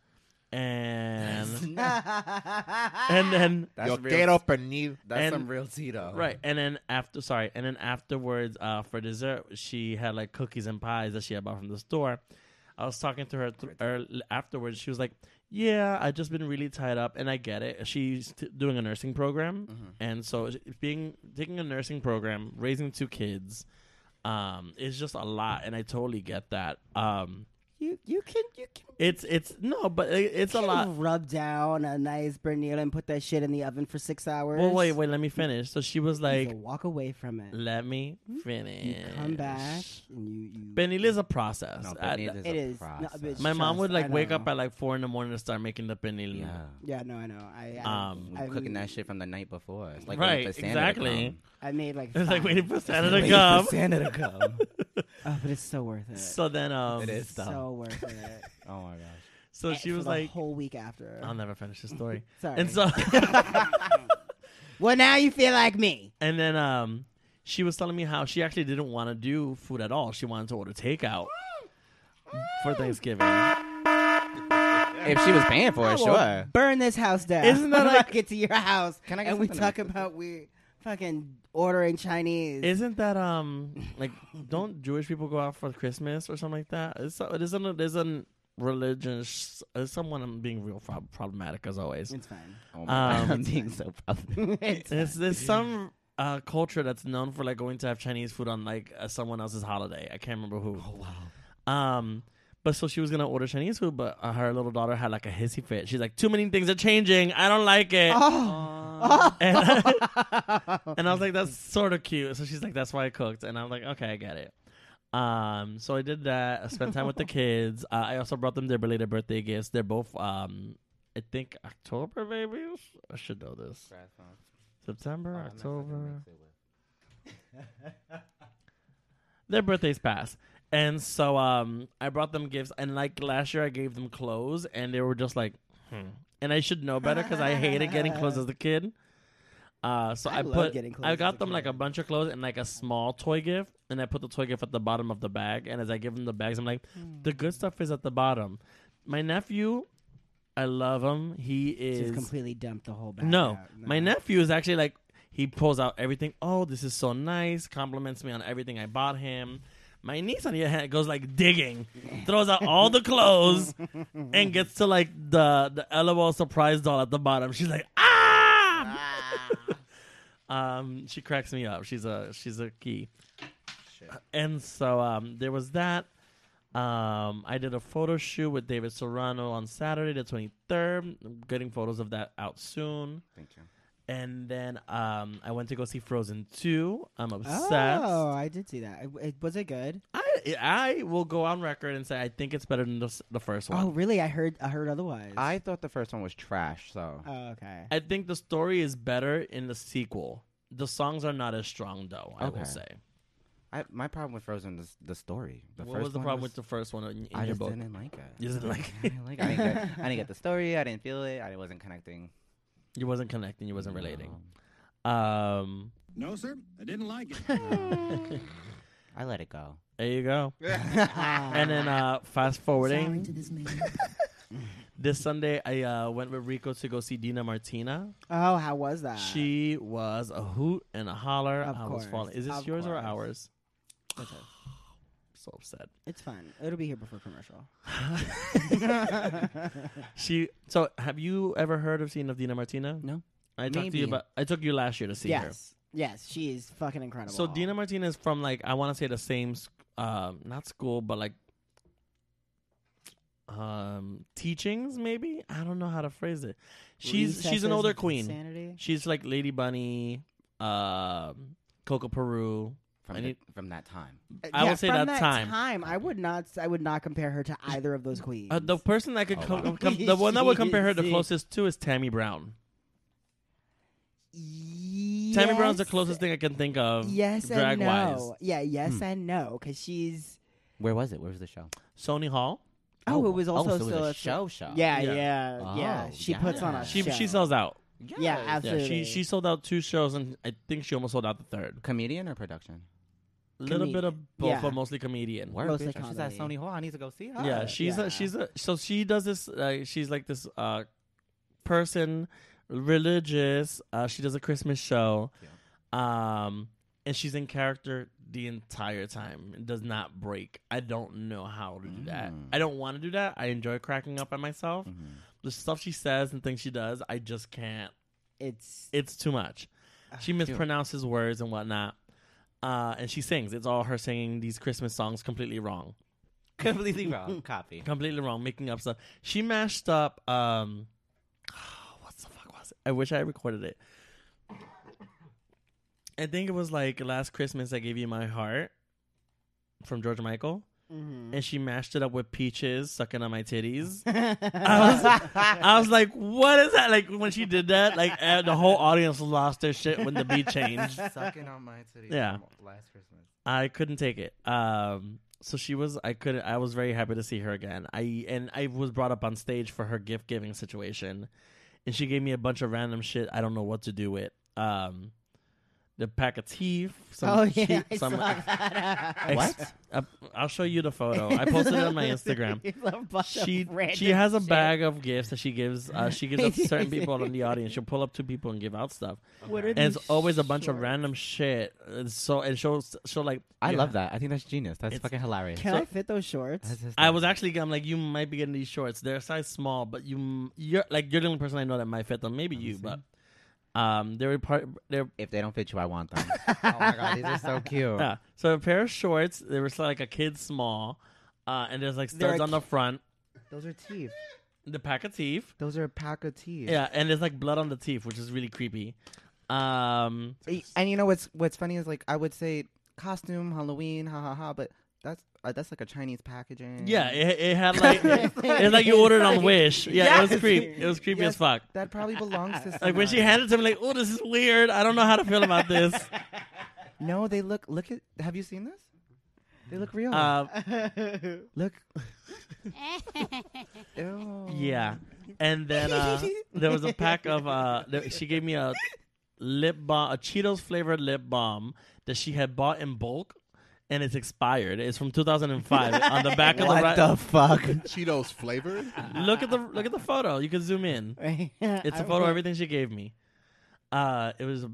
C: And and then
B: That's
E: Yo
B: real.
E: quiero pernil.
B: That's
C: and-
B: some real Tito.
C: Right, and then after, sorry, and then afterwards, uh, for dessert, she had like cookies and pies that she had bought from the store. I was talking to her th- er, afterwards. She was like, "Yeah, I just been really tied up, and I get it. She's t- doing a nursing program,
B: Mm-hmm.
C: and so it's- it's being taking a nursing program, raising two kids, um, is just a lot, and I totally get that. Um,
A: You you can you can,
C: it's it's no, but it, it's a
A: you
C: lot.
A: can rub down a nice Bernier and put that shit in the oven for six hours.
C: Well, wait, wait, let me finish. So she was
A: You
C: like,
A: can walk away from it.
C: "Let me finish."
A: You come back and you you.
C: Benny is a process.
B: No,
C: I-
B: but it is
A: it
B: a
A: is not a
B: process.
A: bitch.
C: my mom
A: Trust,
C: would
A: I
C: like wake
A: know.
C: up at like four in the morning to start making the penny.
B: yeah.
A: yeah, no, I know. I, I
C: Um,
B: We're
A: I
B: cooking
A: made-
B: that shit from the night before. It's like
C: Right,
B: waiting for Santa to
C: exactly.
B: come.
A: I made like.
C: It's like
A: five.
C: waiting for Santa to
B: Waiting
C: come.
B: for Santa to come.
A: Oh, but it's so worth it.
C: So then, um,
B: It is.
A: It's so worth it.
B: oh my gosh.
C: so she
A: For
C: was
A: the
C: like, um,
A: whole week after.
C: "I'll never finish the story."
A: Sorry.
C: and so,
A: well, now you feel like me.
C: and then, um, she was telling me how she actually didn't want to do food at all. She wanted to order takeout for Thanksgiving.
B: If she was paying for
A: I
B: it,
A: will
B: sure.
A: Burn this house down.
C: Isn't that
A: When I
C: like-
A: get to your house?
B: Can I get
A: and we
B: something to
A: talk
B: make?
A: about we fucking ordering Chinese.
C: Isn't that um like don't Jewish people go out for Christmas or something like that? It's it isn't it isn't religion. It's someone I'm being real prob- problematic as always.
A: it's fine.
B: Oh my
C: Um,
B: God, I'm being so proud.
A: It's
C: There's, there's some uh, culture that's known for like going to have Chinese food on like uh, someone else's holiday. I can't remember who. Oh wow. Um, but so she was gonna order Chinese food, but uh, her little daughter had like a hissy fit. She's like, "Too many things are changing. I don't like it." And, and I was like, "That's sort of cute." So she's like, "That's why I cooked," and I'm like, "Okay, I get it." Um, so I did that. I spent time with the kids. Uh, I also brought them their belated birthday gifts. They're both, um, I think, October babies. I should know this.
A: Oh,
C: September, October. Their birthdays pass. And so um I brought them gifts and like last year I gave them clothes and they were just like hmm. and I should know better cuz I hated getting clothes as a kid. Uh so
A: I
C: I,
A: love
C: put
A: getting clothes
C: I
A: as a
C: got them like
A: kid.
C: a bunch of clothes and like a small toy gift and I put the toy gift at the bottom of the bag and as I give them the bags I'm like
A: Hmm.
C: the good stuff is at the bottom. My nephew I love him. He is
A: just completely dumped the whole bag.
C: no,
A: out.
C: my nephew is actually like he pulls out everything. Oh, this is so nice. Compliments me on everything I bought him. My niece on the other hand goes like digging, throws out all the clothes, and gets to like the the LOL surprise doll at the bottom. She's like ah. um, she cracks me up. She's a she's a key. And so um, there was that. Um, I did a photo shoot with David Serrano on Saturday, the 23rd. I'm getting photos of that out soon.
B: Thank you.
C: And then um, I went to go see Frozen 2. I'm obsessed.
A: Oh, I did see that. It- it- was it good?
C: I, I will go on record and say I think it's better than the, s- the first one.
A: Oh, really? I heard. I heard otherwise.
B: I thought the first one was trash, so
A: Oh, okay.
C: I think the story is better in the sequel. The songs are not as strong, though, I
B: Okay.
C: will say.
B: I, my problem with Frozen is the story. The
C: what
B: first
C: was the
B: one
C: problem with the first one in, in
B: I
C: your
B: just
C: book?
B: didn't like it.
C: You didn't like
B: I didn't like it. I didn't, get, I didn't get the story. I didn't feel it. I wasn't connecting.
C: You wasn't connecting. You wasn't relating.
B: No.
C: Um,
F: No, sir, I didn't like it.
B: I let it go.
C: there you go. and then uh, fast forwarding.
G: this man.
C: This Sunday, I uh, went with Rico to go see Dina Martina.
A: Oh, how was that?
C: she was a hoot and a holler.
A: Of
C: I
A: course,
C: was falling. Is this
A: of
C: yours or
A: course.
C: ours?
A: It's her.
C: So upset.
A: It's fun. It'll be here before commercial.
C: She. So, have you ever heard of seen of Dina Martina?
B: No.
C: I talked to
B: Maybe.
C: you about. I took you last year to see her.
A: yes. Yes. She is fucking incredible.
C: So Dina Martina is from like I want to say the same, s- um, not school, but like um teachings maybe. I don't know how to phrase it. She's she's
A: Recesses
C: an older
A: of
C: queen.
A: Insanity.
C: She's like Lady Bunny, um, Coco Peru.
B: From,
C: I
B: the-
C: need-
B: from that time.
C: I
A: Yeah,
C: would say
A: from
C: that time.
A: I would not. I would not compare her to either of those queens.
C: Uh, the person that could
B: Oh,
C: co-
B: wow.
C: com- the one that would compare her the
A: Jeez.
C: closest to is Tammy Brown.
A: yes,
C: Tammy Brown's the closest thing I can think of.
A: Yes
C: drag
A: and
C: Hmm.
A: no.
C: wise.
A: Yeah. Yes and no. Because she's.
B: Where was it? Where was the show?
C: Sony Hall.
A: Oh, it was also
B: so it was
A: still
B: a
A: a-
B: show show.
A: Yeah.
C: Yeah.
A: Yeah. Yeah.
B: Oh,
A: she puts on a
B: yeah.
C: She
A: show.
C: she sells out.
A: Yeah.
B: Yes.
C: Yeah,
A: Absolutely.
C: she she sold out two shows and I think she almost sold out the third.
B: Comedian or production?
C: A little bit of both,
A: Yeah.
C: but mostly comedian.
B: Word,
A: Mostly
B: bitch. She's at
A: comedy.
B: Sony Hall. I need to go see her.
C: Yeah, she's
A: yeah.
C: a she's a so she does this. Uh, she's like this uh, person, religious. Uh, she does a Christmas show. Um, and she's in character the entire time and does not break. I don't know how to do that.
B: Mm.
C: I don't want to do that. I enjoy cracking up at myself.
B: Mhm.
C: The stuff she says and things she does, I just can't.
A: It's
C: It's too much. She mispronounces words and whatnot. Uh, and she sings. It's all her singing these Christmas songs completely wrong.
B: completely wrong. Copy.
C: Completely wrong, making up stuff. She mashed up um what the fuck was it? I wish I recorded it. I think it was like last Christmas I gave you my heart from George Michael.
A: mhm.
C: And she mashed it up with peaches sucking on my titties. I was, I was like, "What is that?" Like when she did that, like eh, the whole audience lost their shit when the beat changed.
B: Sucking on my titties.
C: Yeah.
B: from Last Christmas.
C: I couldn't take it. Um, so she was. I could. I was very happy to see her again. I and I was brought up on stage for her gift giving situation, and she gave me a bunch of random shit. I don't know what to do with. Um, the pack of teeth. Some
A: oh yeah,
C: cheap-
A: I
C: some
A: saw that.
C: ex- a- I'll show you the photo. I posted it on my Instagram.
A: It's a bunch of
C: She
A: random
C: she has a
A: shit.
C: bag of gifts that she gives. Uh, she gives up certain people in the audience. She'll pull up two people and give out stuff.
A: What are
C: And it's
A: these
C: always a bunch of
A: shorts?
C: random shit. And so and she'll she'll like
B: I
C: yeah.
B: love that. I think that's genius. That's
C: It's-
B: fucking hilarious.
A: Can
C: So-
A: I fit those shorts?
B: That's hysterical.
C: I was actually. I'm like, you might be getting these shorts. They're size small, but you, m- you're like, you're the only person I know that might fit them. Maybe you, but um, they were part. They're
B: If they don't fit you, I want them. oh my god, these are so cute.
C: yeah. So a pair of shorts. They were sort of like a kid small, uh, and there's like
A: They're
C: studs
A: a
C: on the front,
B: Those are teeth.
C: the pack of teeth.
B: Those are a pack of teeth.
C: Yeah, and there's like blood on the teeth, which is really creepy. Um,
B: And you know what's what's funny is like I would say costume Halloween, ha ha ha, but that's uh, that's like a Chinese packaging.
C: yeah, it, it had like it's like you ordered on Wish. Yeah, it was
B: Yes.
C: creepy. It was creepy
B: Yes. Uh-huh.
C: as fuck.
B: that probably belongs to.
C: Like when she
B: someone.
C: handed it to me, like, oh, this is weird. I don't know how to feel about this.
B: No, they look. Look at. Have you seen this? They look real.
C: Um,
B: look. Ew.
C: Yeah, and then uh, there was a pack of. Uh, th- she gave me a lip balm, a Cheetos flavored lip balm that she had bought in bulk, and it's expired. It's from 2005. on the back of the right.
B: fuck?
E: Cheetos flavored.
C: look at the look at the photo. You can zoom in. It's
A: it's
C: a photo of everything she gave me. Uh, it was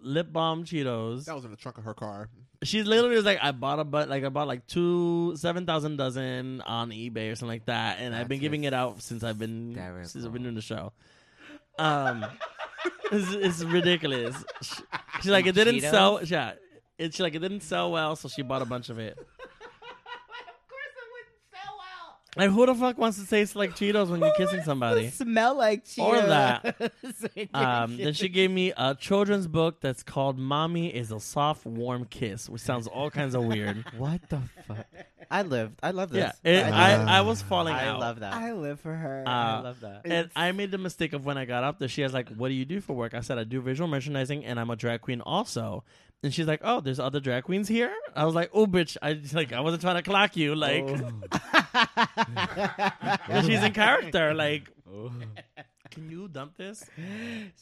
C: lip balm Cheetos.
E: That was in the trunk of her car.
C: She literally was like, I bought a but like I bought like two seven thousand dozen on eBay or something like that, and I've been
B: That's
C: giving it out since I've been since I've been doing the show. Um, it's, it's ridiculous. She, she's like, it didn't
B: Cheetos?
C: sell. Yeah, it's like it didn't sell well, so she bought a bunch of it. Like, who the fuck wants to taste like Cheetos when you're kissing somebody?
A: Smell like Cheetos.
C: Or that.
A: In your
C: Um, then she
A: shit.
C: gave me a children's book that's called "Mommy is a Soft, Warm Kiss," which sounds all kinds of weird.
B: What the fuck? I lived. I love
C: yeah,
B: this.
C: it- I, I
B: love-
C: was falling
B: I
C: out.
B: love that.
A: I live for her.
B: I
C: Uh,
B: love that.
C: and I made the mistake of when I got up there, she was like, What do you do for work? I said, I do visual merchandising and I'm a drag queen also. And she's like, Oh, there's other drag queens here? I was like, Oh bitch, I just, like I wasn't trying to clock you. Like and she's in character. Like Can you dump this?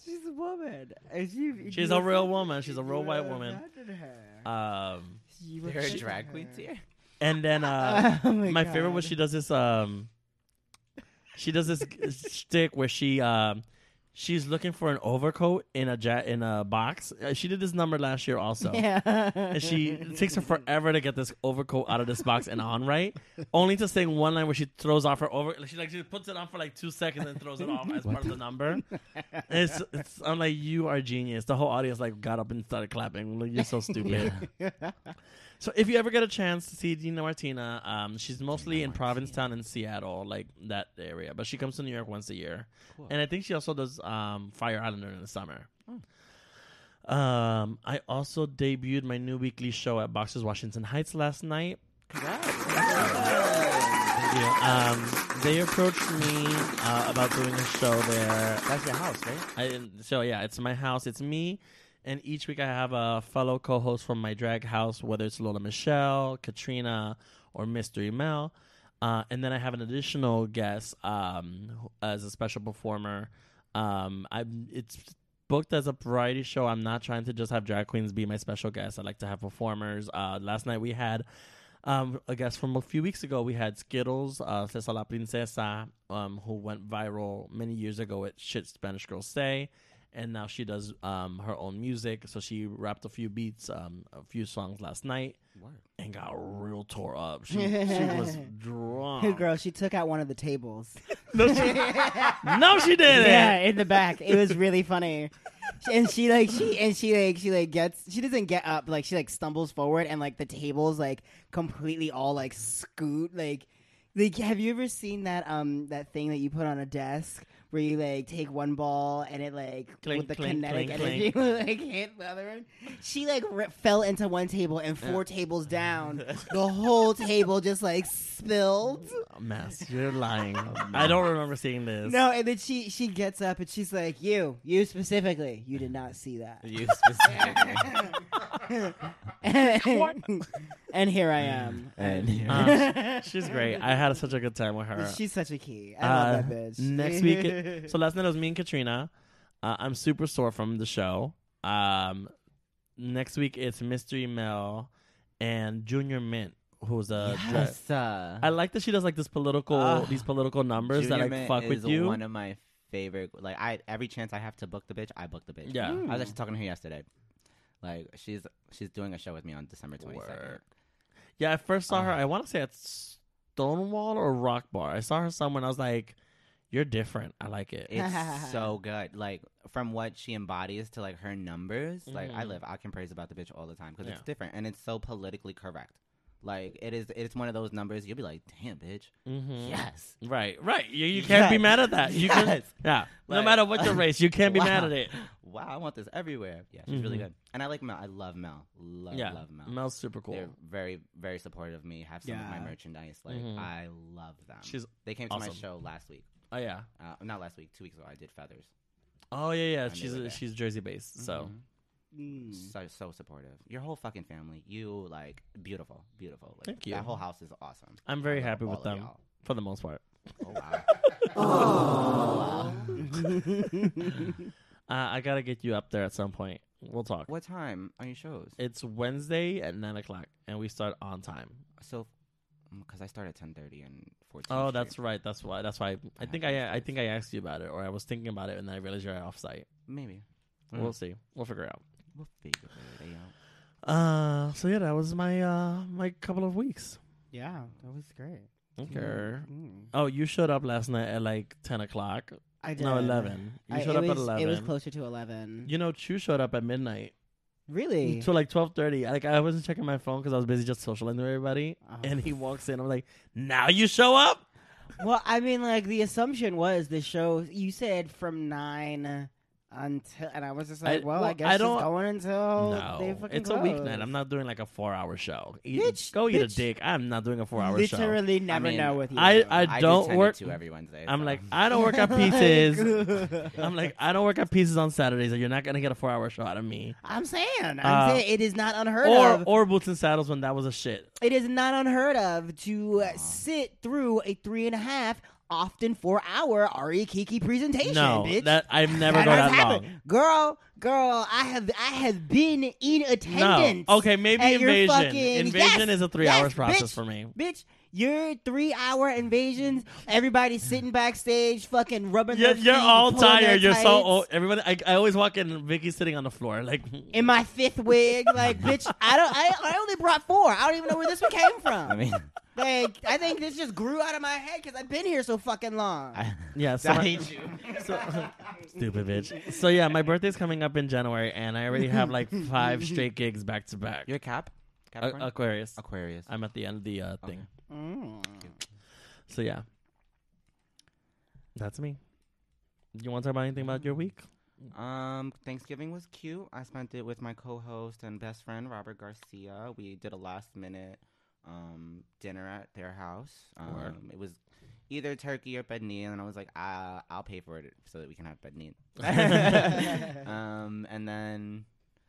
A: She's a woman. And she-
C: She's
A: you-
C: a real woman. She's a real
A: you
C: white woman.
A: offended her.
C: Um
A: You
B: There are
A: offended
B: drag
A: her.
B: queens here.
C: and then uh
A: Oh
C: my,
A: my
C: favorite was
A: God.
C: she does this um she does this stick where she um she's looking for an overcoat in a ja- in a box Uh, she did this number last year also
A: Yeah.
C: and she it takes her forever to get this overcoat out of this box and on right only to sing one line where she throws off her over she like she puts it on for like two seconds and throws it off as part of the number And it's, it's i'm like you are genius the whole audience like got up and started clapping like you're so stupid so if you ever get a chance to see Dina Martina, um, she's mostly in Provincetown and Seattle, like that area. But she comes to New York once a year, and I think she also does um, Fire Islander in the summer. Um, I also debuted my new weekly show at Boxers Washington Heights last night. Thank you. Um, they approached me uh, about doing a show there.
B: That's your house, right?
C: I, so yeah, it's my house. It's me, and each week I have a fellow co-host from my drag house, whether it's Lola Michelle, Katrina, or Mystery Mel, uh, and then I have an additional guest um, who- as a special performer. Um, I'm it's booked as a variety show. I'm not trying to just have drag queens be my special guests. I like to have performers. Uh, last night we had. Um, a guest from a few weeks ago, we had Skittles, uh, Cesar La Princesa, um, who went viral many years ago at Shit Spanish Girls Say. and now she does um, her own music. So she rapped a few beats, um, a few songs last night,
B: Word.
C: and got real tore up. She, she was drunk.
A: Girl, she took out one of the tables.
C: No, she, no, she didn't.
A: yeah, in the back. It was really funny. And she like she and she like she like gets she doesn't get up like she like stumbles forward and like the tables like completely all like scoot like like have you ever seen that um that thing that you put on a desk where you like take one ball and it like
C: Clink,
A: with the
C: clink,
A: kinetic
C: clink,
A: energy like hit the other one? She like ri fell into one table and four tables down, the whole table just like spilled.
C: A mess. You're lying. I don't remember seeing this.
A: No, and then she she gets up and she's like, "You, you specifically, you did not see that."
B: You specifically.
A: and, here I am.
B: and here.
C: Uh, she's great. I had such a good time with her.
A: She's such a key. I love
C: Uh,
A: that bitch.
C: Next week. so last night it was me and Katrina. Uh, I'm super sore from the show. Um, next week it's Mystery Mel and Junior Mint, who's a. dra-
B: yes. uh,
C: I like that she does like this political,
B: Ah.
C: these political numbers that
B: Junior
C: like
B: Mint
C: fuck
B: is
C: with you.
B: One of my favorite. Like I, every chance I have to book the bitch, I book the bitch.
C: Yeah. Hmm.
B: I was actually talking to her yesterday. Like she's she's doing a show with me on December twenty second.
C: Work. Yeah, I first
B: Uh-huh.
C: saw her. I want to say at Stonewall or Rock Bar. I saw her somewhere, and I was like, "You're different. I like it."
B: It's so good. Like from what she embodies to like her numbers. Like I
C: Mhm.
B: live, I can praise about the bitch all the time because it's
C: Yeah.
B: different and it's so politically correct. Like it is, it's one of those numbers you'll be like, damn bitch, Mm-hmm.
C: Mhm.
B: yes.
C: Right, right. You, you can't be
B: Yes.
C: mad at that. You can,
B: Yes.
C: yeah. no
B: Like-
C: matter what your race, you can't be
B: Wow.
C: mad at it.
B: Wow, I want this everywhere. Yeah, she's really
C: Mhm.
B: good. And I like Mel. I love Mel. Love,
C: yeah,
B: love Mel.
C: Mel's super cool.
B: They're very, very supportive of me. Have some of my
A: Yeah.
B: merchandise. Like
C: Mhm.
B: I love them.
C: She's
B: they came to my
C: awesome.
B: show last week.
C: oh yeah,
B: Uh, not last week, two weeks ago. I did feathers.
C: oh yeah, yeah.
B: And they
C: She's
B: were there.
C: she's Jersey based, so
B: Mhm.
A: Mm. Mm-hmm.
B: so so supportive. Your whole fucking family. You like beautiful, beautiful. Like,
C: Thank you.
B: That whole house is awesome.
C: I'm very
B: I love
C: happy with
B: all of
C: them.
B: y'all.
C: for the most part.
B: Oh wow.
C: Uh, I gotta get you up there at some point. We'll talk.
B: what time are your shows?
C: It's Wednesday at nine o'clock, and we start on time.
B: so, because I start at ten thirty and fourteen.
C: Oh, that's right. That's why. That's why. I, I
B: have
C: think
B: those
C: I. I
B: days.
C: think I asked you about it, or I was thinking about it, and then I realized you're off site.
B: maybe.
C: We'll see. We'll figure it out.
B: We'll figure it out.
C: Uh, so yeah, that was my uh my couple of weeks.
A: yeah, that was great. Mm.
C: Okay. Oh, you showed up last night at like ten o'clock.
A: I did.
C: No, eleven. You
A: I-
C: showed
A: it
C: up
A: was,
C: at eleven.
A: It was closer to eleven.
C: You know, Chu showed up at midnight
A: really?
C: to like twelve thirty. Like I wasn't checking my phone because I was busy just socializing with everybody.
A: Oh.
C: And he walks in. I'm like, now you show up.
A: well, I mean, like the assumption was the show. You said from nine until, and I was just like,
C: I-
A: well,
C: well,
A: I guess
C: I
A: she's
C: don't-
A: going until Oh, they
C: no,
A: fucking
C: it's a weeknight.
A: close.
C: I'm not doing like a four hour show. Eat-
A: Bitch,
C: go eat a
A: bitch.
C: dick. I'm not doing a four hour show.
A: Literally, never
B: mean,
A: know with you.
C: I-
A: though.
C: I
B: I
C: don't
B: do 10 to
C: work-
B: two every Wednesday.
C: I'm
B: so.
C: like, I don't work at pieces. I'm like, I don't work at pieces on Saturdays, and you're not gonna get a four hour show out of me.
A: I'm saying, I'm
C: Uh,
A: saying it is not unheard
C: Or
A: of.
C: or boots and saddles when that was a shit.
A: it is not unheard of to uh, sit through a three and a half, often four hour Ari Kiki presentation.
C: No,
A: bitch.
C: that I've never
A: That
C: gone
A: has
C: that
A: happened.
C: long.
A: Girl, girl, I have I have been in
C: No,
A: attendance.
C: okay, maybe
A: at your
C: invasion.
A: fucking-
C: invasion
A: Yes,
C: is a three
A: yes,
C: hours process
A: bitch,
C: for me.
A: Bitch, your three hour invasions, everybody's sitting backstage, fucking rubbing
C: You're,
A: their
C: you're
A: feet,
C: all
A: pulling their
C: tired. You're so
A: tights.
C: old. Everybody, I, I always walk in. and Vicky's sitting on the floor, like
A: in my fifth wig. Like, bitch, I don't. I, I only brought four. I don't even know where this one came from.
B: I mean,
A: like, I think this just grew out of my head because I've been here so fucking long.
B: I,
C: yeah. So
B: I
C: my-
B: hate you.
C: stupid bitch. So yeah, my birthday's coming up in January, and I already have like five straight gigs back to back.
B: You're a cap.
C: A-
B: Capricorn?
C: Aquarius.
B: Aquarius.
C: I'm at the end of the uh, thing.
A: Mm.
C: So yeah, that's me. You want to talk about anything about your week?
B: Um, Thanksgiving was cute. I spent it with my co-host and best friend Robert Garcia. We did a last minute um dinner at their house. Um,
C: Word.
B: it was either turkey or penne, and I was like, I- I'll pay for it so that we can have penne. um, and then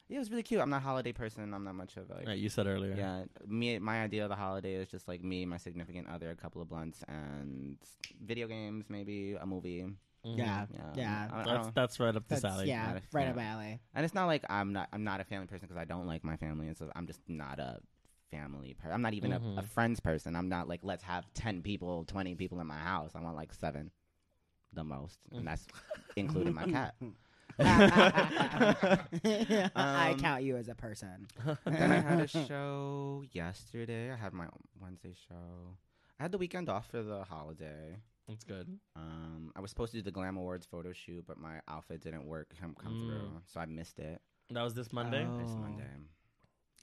B: yeah, it was really cute. I'm not a holiday person. I'm not much of like
C: Right, you said earlier.
B: yeah. Me, my idea of the holiday is just like me, my significant other, a couple of blunts, and video games, maybe a movie.
C: Mhm.
A: Yeah,
B: Yeah,
A: yeah.
B: I- I
C: That's
B: don't-
C: that's right up the
A: That's,
C: alley.
A: yeah,
B: Got it.
A: right
B: Yeah.
A: up my alley.
B: and it's not like I'm not I'm not a family person because I don't like my family, and so I'm just not a family person. I'm not even
C: Mhm.
B: a, a friends person. I'm not like let's have ten people, twenty people in my house. I want like seven, the most, and that's including my cat.
A: I
B: Um,
A: count you as a person.
B: then I had a show yesterday. I had my Wednesday show. I had the weekend off for the holiday.
C: That's good.
B: Um, I was supposed to do the Glam Awards photo shoot, but my outfit didn't work come, come
C: Mm.
B: through, so I missed it.
C: That was this Monday.
B: It's
A: Oh.
B: Monday,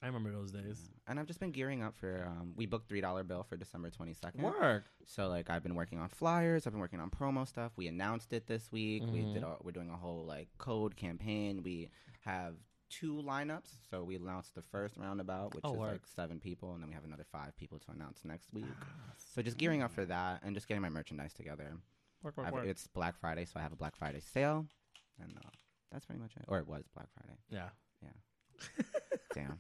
C: I remember those days.
B: and I've just been gearing up for. Um, we booked three dollar bill for December twenty second.
C: Work.
B: So like I've been working on flyers, I've been working on promo stuff. We announced it this week. We did.
C: Mhm.
B: A, we're doing a whole like code campaign. We have two lineups. So we announced the first roundabout, which
C: Oh,
B: is
C: word.
B: like seven people, and then we have another five people to announce next week.
C: Ah,
B: So just gearing up for that and just getting my merchandise together.
C: Work,
B: I've-
C: work, work.
B: It's Black Friday, so I have a Black Friday sale, and uh, that's pretty much it. Or it was Black Friday.
C: Yeah.
B: Damn.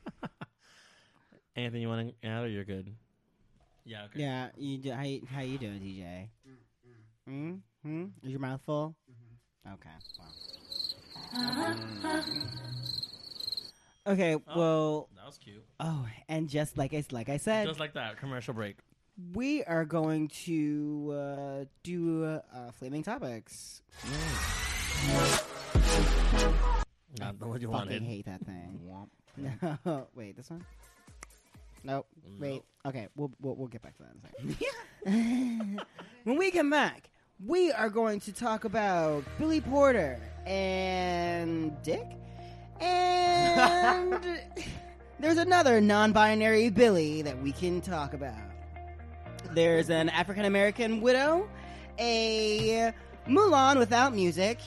C: Anything you want to add, or you're good? Yeah. Okay.
A: Yeah, you do. How you, how you doing, DJ? Mm? Hmm? Is your mouth full? Okay. Wow. Okay.
C: Oh.
A: Well.
C: That was cute.
A: Oh, and just like I like I said,
C: Just like that. Commercial break.
A: we are going to uh, do uh, flaming topics.
C: Not the one you
A: Fucking
C: wanted.
A: hate that thing.
B: Womp.
A: No. Wait, this one. Nope. Wait. Okay, we'll, we'll we'll get back to that in a second. when we come back, we are going to talk about Billy Porter and Dick, and there's another non-binary Billy that we can talk about. There's an African American widow, a Mulan without music.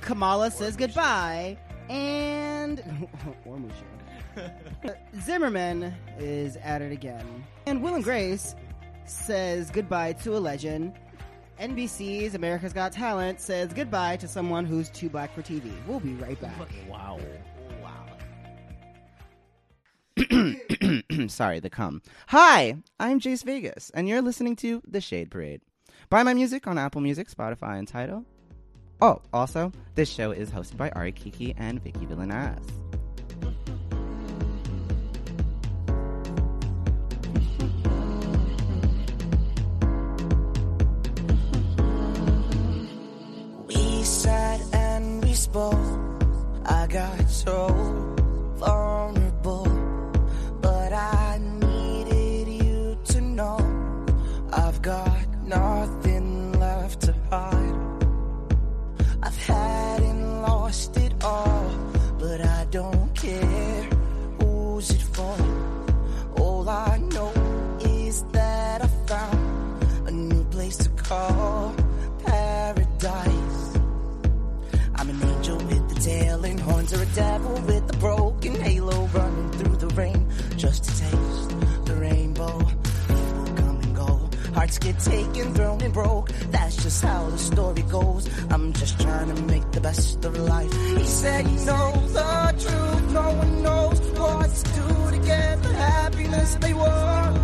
A: Kamala says goodbye, and or Mushu. Zimmerman is at it again. And Will and Grace says goodbye to a legend. NBC's America's Got Talent says goodbye to someone who's too black for TV. We'll be right back.
C: Wow.
B: Sorry, the cum. Hi, I'm Jace Vegas, and you're listening to The Shade Parade. Buy my music on Apple Music, Spotify, and Tidal. Oh, also, this show is hosted by Ari Kiki and Vicky Villanas.
G: We sat and we spoke. I got so vulnerable, but I needed you to know I've got nothing left to hide. I've had and lost it all, but I don't care who's it for. All I know is that I found a new place to call paradise. I'm an angel with the tail and horns, or a devil with a broken halo running through the rain just to taste the rainbow. People come and go, hearts get taken, thrown, and broke. That's just how the story goes. I'm just trying to make the best of life. He said, You know the truth, no one knows what's due to get the happiness they want.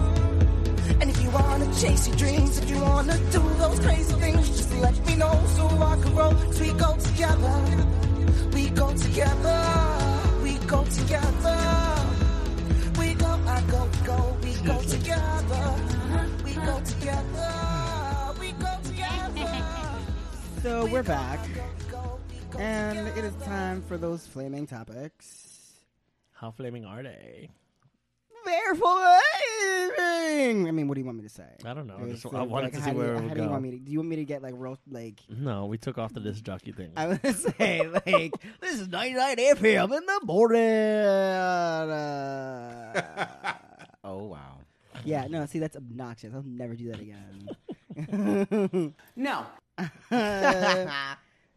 G: And if you wanna chase your dreams, if you wanna do those crazy things, just let me know so I can roll. 'Cause we go together, we go together, we go together, we go, I go, go, we go together, we go together, we go together.
A: So we're back,
G: Go, go, we go
A: and
G: together.
A: it is time for those flaming topics.
C: How flaming are they?
A: They're flaming. I mean, what do you want me to say?
C: I don't know. I,
A: It's
C: just,
A: like-
C: I wanted
A: like,
C: to
A: how
C: see
A: do
C: where
A: you,
C: it
A: how
C: would
A: do you
C: go.
A: want me to? Do you want me to get like real like?
C: No, we took off the disc jockey thing.
A: I was gonna say, like, this is 99 FM in the morning. Uh,
B: Oh, wow.
A: yeah, no, see, that's obnoxious. I'll never do that again.
G: No.
A: Uh,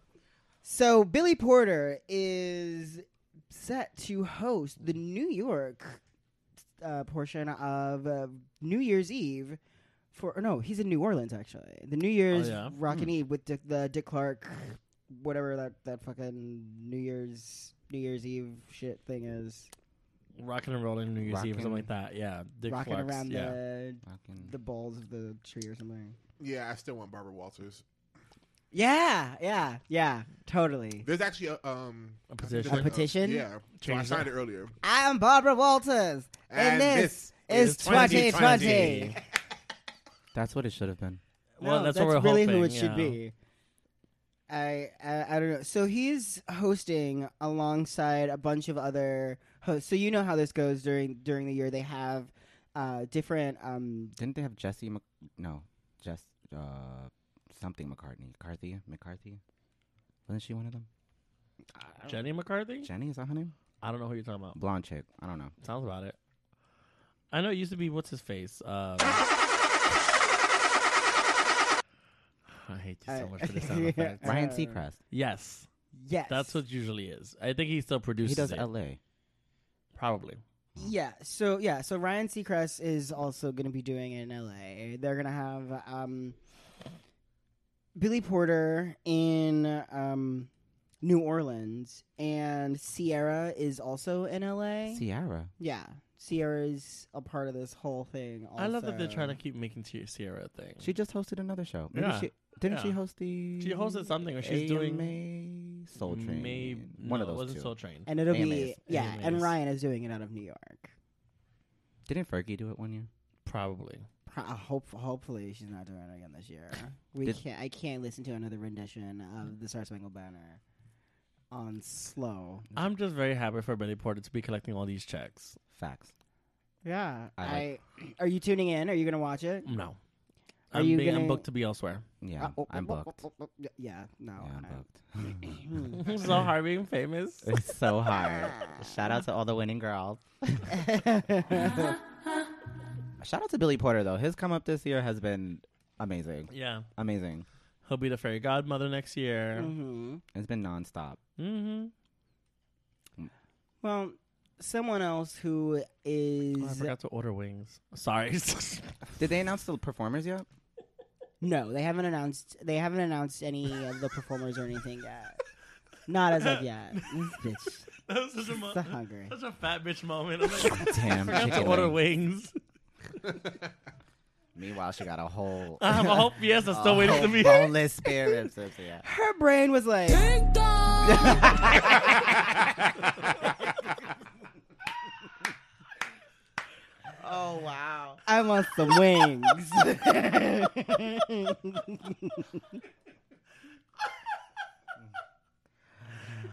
A: so, Billy Porter is set to host the New York uh, portion of uh, New Year's Eve. For or no, he's in New Orleans actually. The New Year's
C: Oh, yeah? Hmm.
A: Rockin' Eve with Dick, the Dick Clark, whatever that that fucking New Year's New Year's Eve shit thing is,
C: Rocking and rolling New Year's Eve or something like that. Yeah. Dick
A: rocking
C: Clark's,
A: around
C: yeah.
A: the
B: Fucking-
A: the balls of the tree or something.
E: Yeah, I still want Barbara Walters.
A: Yeah, yeah, yeah, totally.
E: There's actually a um
C: A
E: I think there's
C: petition?
E: like
A: A petition?
E: yeah, so I
C: Change
E: signed it earlier.
A: I'm Barbara Walters, and,
E: And
A: this,
E: this
A: is 2020.
B: That's what it should have been.
C: Well,
A: No,
C: that's, what we're
A: really
C: hoping.
A: who it
C: yeah.
A: should be. I, I I don't know. So he's hosting alongside a bunch of other hosts. So you know how this goes during during the year. They have uh, different. Um,
B: Didn't they have Jesse? Mc- no, Jess. Uh, something McCartney. McCarthy. McCarthy. Wasn't she one of them?
C: Jenny McCarthy?
B: Jenny is that her name?
C: I don't know who you're talking about.
B: Blonde chick. I don't know.
C: Sounds about it. I know it used to be what's his face. Um, I hate you so
A: I-
C: much for this sound effect.
A: Yeah.
B: Ryan
A: Uh,
B: Seacrest.
C: Yes,
A: yes,
C: that's what usually is. I think he still produces
B: He does
C: it.
B: L.A.
C: Probably.
A: Yeah. So yeah. So Ryan Seacrest is also going to be doing it in L.A. They're going to have um, Billy Porter in um, New Orleans, and Sierra is also in L.A.
B: Sierra.
A: yeah. Sierra is a part of this whole thing. Also.
C: I love that they're trying to keep making Ti- Sierra a thing.
B: She just hosted another show. Maybe
C: Yeah.
B: she didn't she
C: Yeah.
B: host the
C: She hosted something, or she's doing-
B: AMA Soul Train.
C: May-
B: One of
C: no,
B: those
C: It wasn't
B: two.
C: Soul Train.
A: And it'll
B: AMAs.
A: be yeah. And
C: AMAs.
A: Ryan is doing it out of New York.
B: Didn't Fergie do it one year?
C: Probably.
A: Pro- hope hopefully she's not doing it again this year. We
B: Did-
A: can't. I can't listen to another rendition of the Star Spangled Banner on slow.
C: I'm just very happy for Billy Porter to be collecting all these checks.
B: Facts.
A: Yeah.
B: I
A: I, are you tuning in? Are you gonna watch it?
C: No.
A: Are
C: I'm,
A: you
C: being, I'm
A: gonna-
C: booked to be elsewhere.
B: Yeah,
A: Uh, oh,
B: I'm
A: oh, oh,
B: booked.
A: oh, oh, oh, Yeah. No.
B: Yeah, I'm
A: I-
B: booked.
C: so hard being famous.
B: it's so hard. Shout out to all the winning girls. Shout out to Billy Porter though. His come up this year has been amazing.
C: Yeah.
B: Amazing.
C: He'll be the fairy godmother next year.
A: Mhm.
B: It's been nonstop.
C: Mm-hmm.
A: Well, someone else who is
C: Oh, I forgot to order wings. Sorry.
B: Did they announce the performers yet?
A: no, they haven't announced. They haven't announced any of the performers or anything yet. Not as of yet. This
C: that was such a,
A: bitch
C: mo-
A: so hungry.
C: such a fat bitch moment. I'm like, I
B: Damn.
C: forgot to
B: chicken
C: order
B: wing.
C: wings.
B: Meanwhile, she got a whole.
C: I have a whole fiesta still
A: Oh,
C: waiting to
B: whole
C: be
B: boneless spare rib. So, so, yeah.
A: Her brain was like.
B: Oh wow.
A: I want some wings.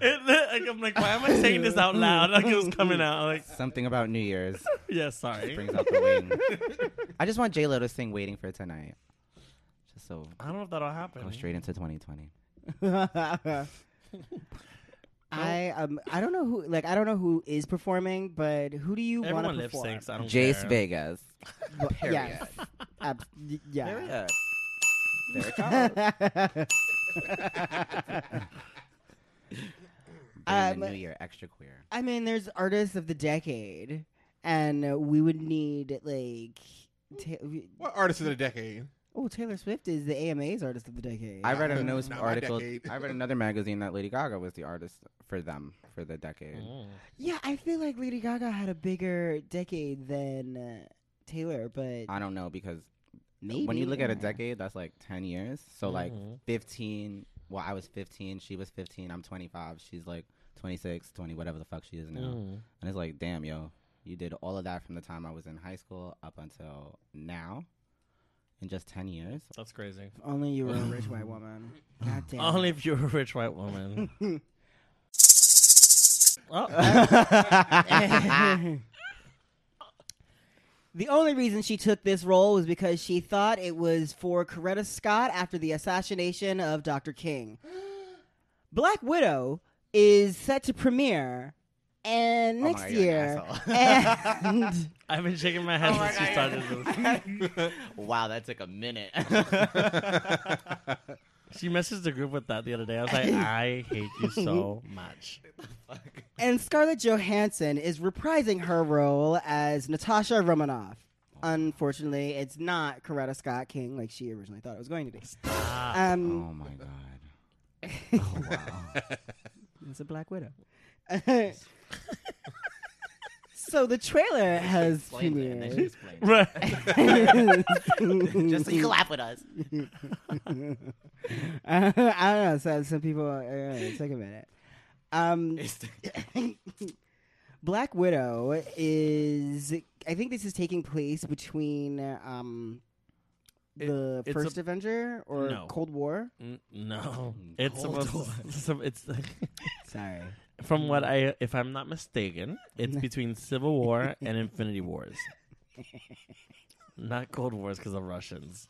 C: It- I'm like, why am I saying this out loud? Like it was coming out. Like,
B: Something about New Year's
C: yeah, sorry.
B: brings out the wing. I just want J Lo to sing "Waiting for Tonight," just so
C: I don't know if that'll happen.
B: go straight into 2020.
A: I um I don't know who like I don't know who is performing, but who do you want
C: Everyone
A: to
C: lip
A: perform?
C: syncs. I don't
B: Jace
C: care.
B: Vegas.
A: Well,
B: Period.
A: Yes. Ab- y- yeah.
B: Period. There it comes. Bringing the
A: Um,
B: New Year extra queer.
A: I mean, there's artists of the decade, and we would need like. Ta- we-
E: What artist of the decade?
A: oh, Taylor Swift is the AMA's artist of the decade.
B: I read a news
E: Not my
B: article.
E: decade.
B: I read another magazine that Lady Gaga was the artist for them for the decade.
C: Mm.
A: yeah, I feel like Lady Gaga had a bigger decade than uh, Taylor, but
B: I don't know because
A: maybe
B: when you look at a
A: yeah. Mm-hmm.
B: decade, that's like 10 years. So like
C: Mhm.
B: 15, well, I was 15, she was 15, I'm 25, she's like 26, 20, whatever the fuck she is now.
C: Mm.
B: And it's like, damn, yo, you did all of that from the time I was in high school up until now in just 10 years.
C: That's crazy.
A: If only you were a rich white woman. God damn.
C: Only if you're a rich white woman. oh,
A: the only reason she took this role was because she thought it was for Coretta Scott after the assassination of Dr. King. Black Widow is set to premiere and
B: Oh my
A: next
B: God, you're
A: year.
B: an
A: And
C: I've been shaking my head since you started this.
B: Wow, that took a minute. Oh
C: She messaged the group with that the other day. I was like, I hate you so much.
A: and Scarlett Johansson is reprising her role as Natasha Romanoff. Unfortunately, it's not Coretta Scott King like she originally thought it was going to be.
C: Ah,
A: Um,
B: oh my God. Oh,
A: It's a Black Widow. so the trailer has premiered.
C: right.
B: Just so you can laugh with us.
A: I don't know. So some people uh, it took a minute. Um, Black Widow is. I think this is taking place between um, the
C: it's
A: first
C: a-
A: Avenger or
C: No.
A: Cold War?
C: N- Mm, no, it's
A: Mm, Hold
C: supposed. so it's
A: Sorry.
C: from what I, if I'm not mistaken, it's between Civil War and Infinity Wars. Not Cold Wars because of Russians.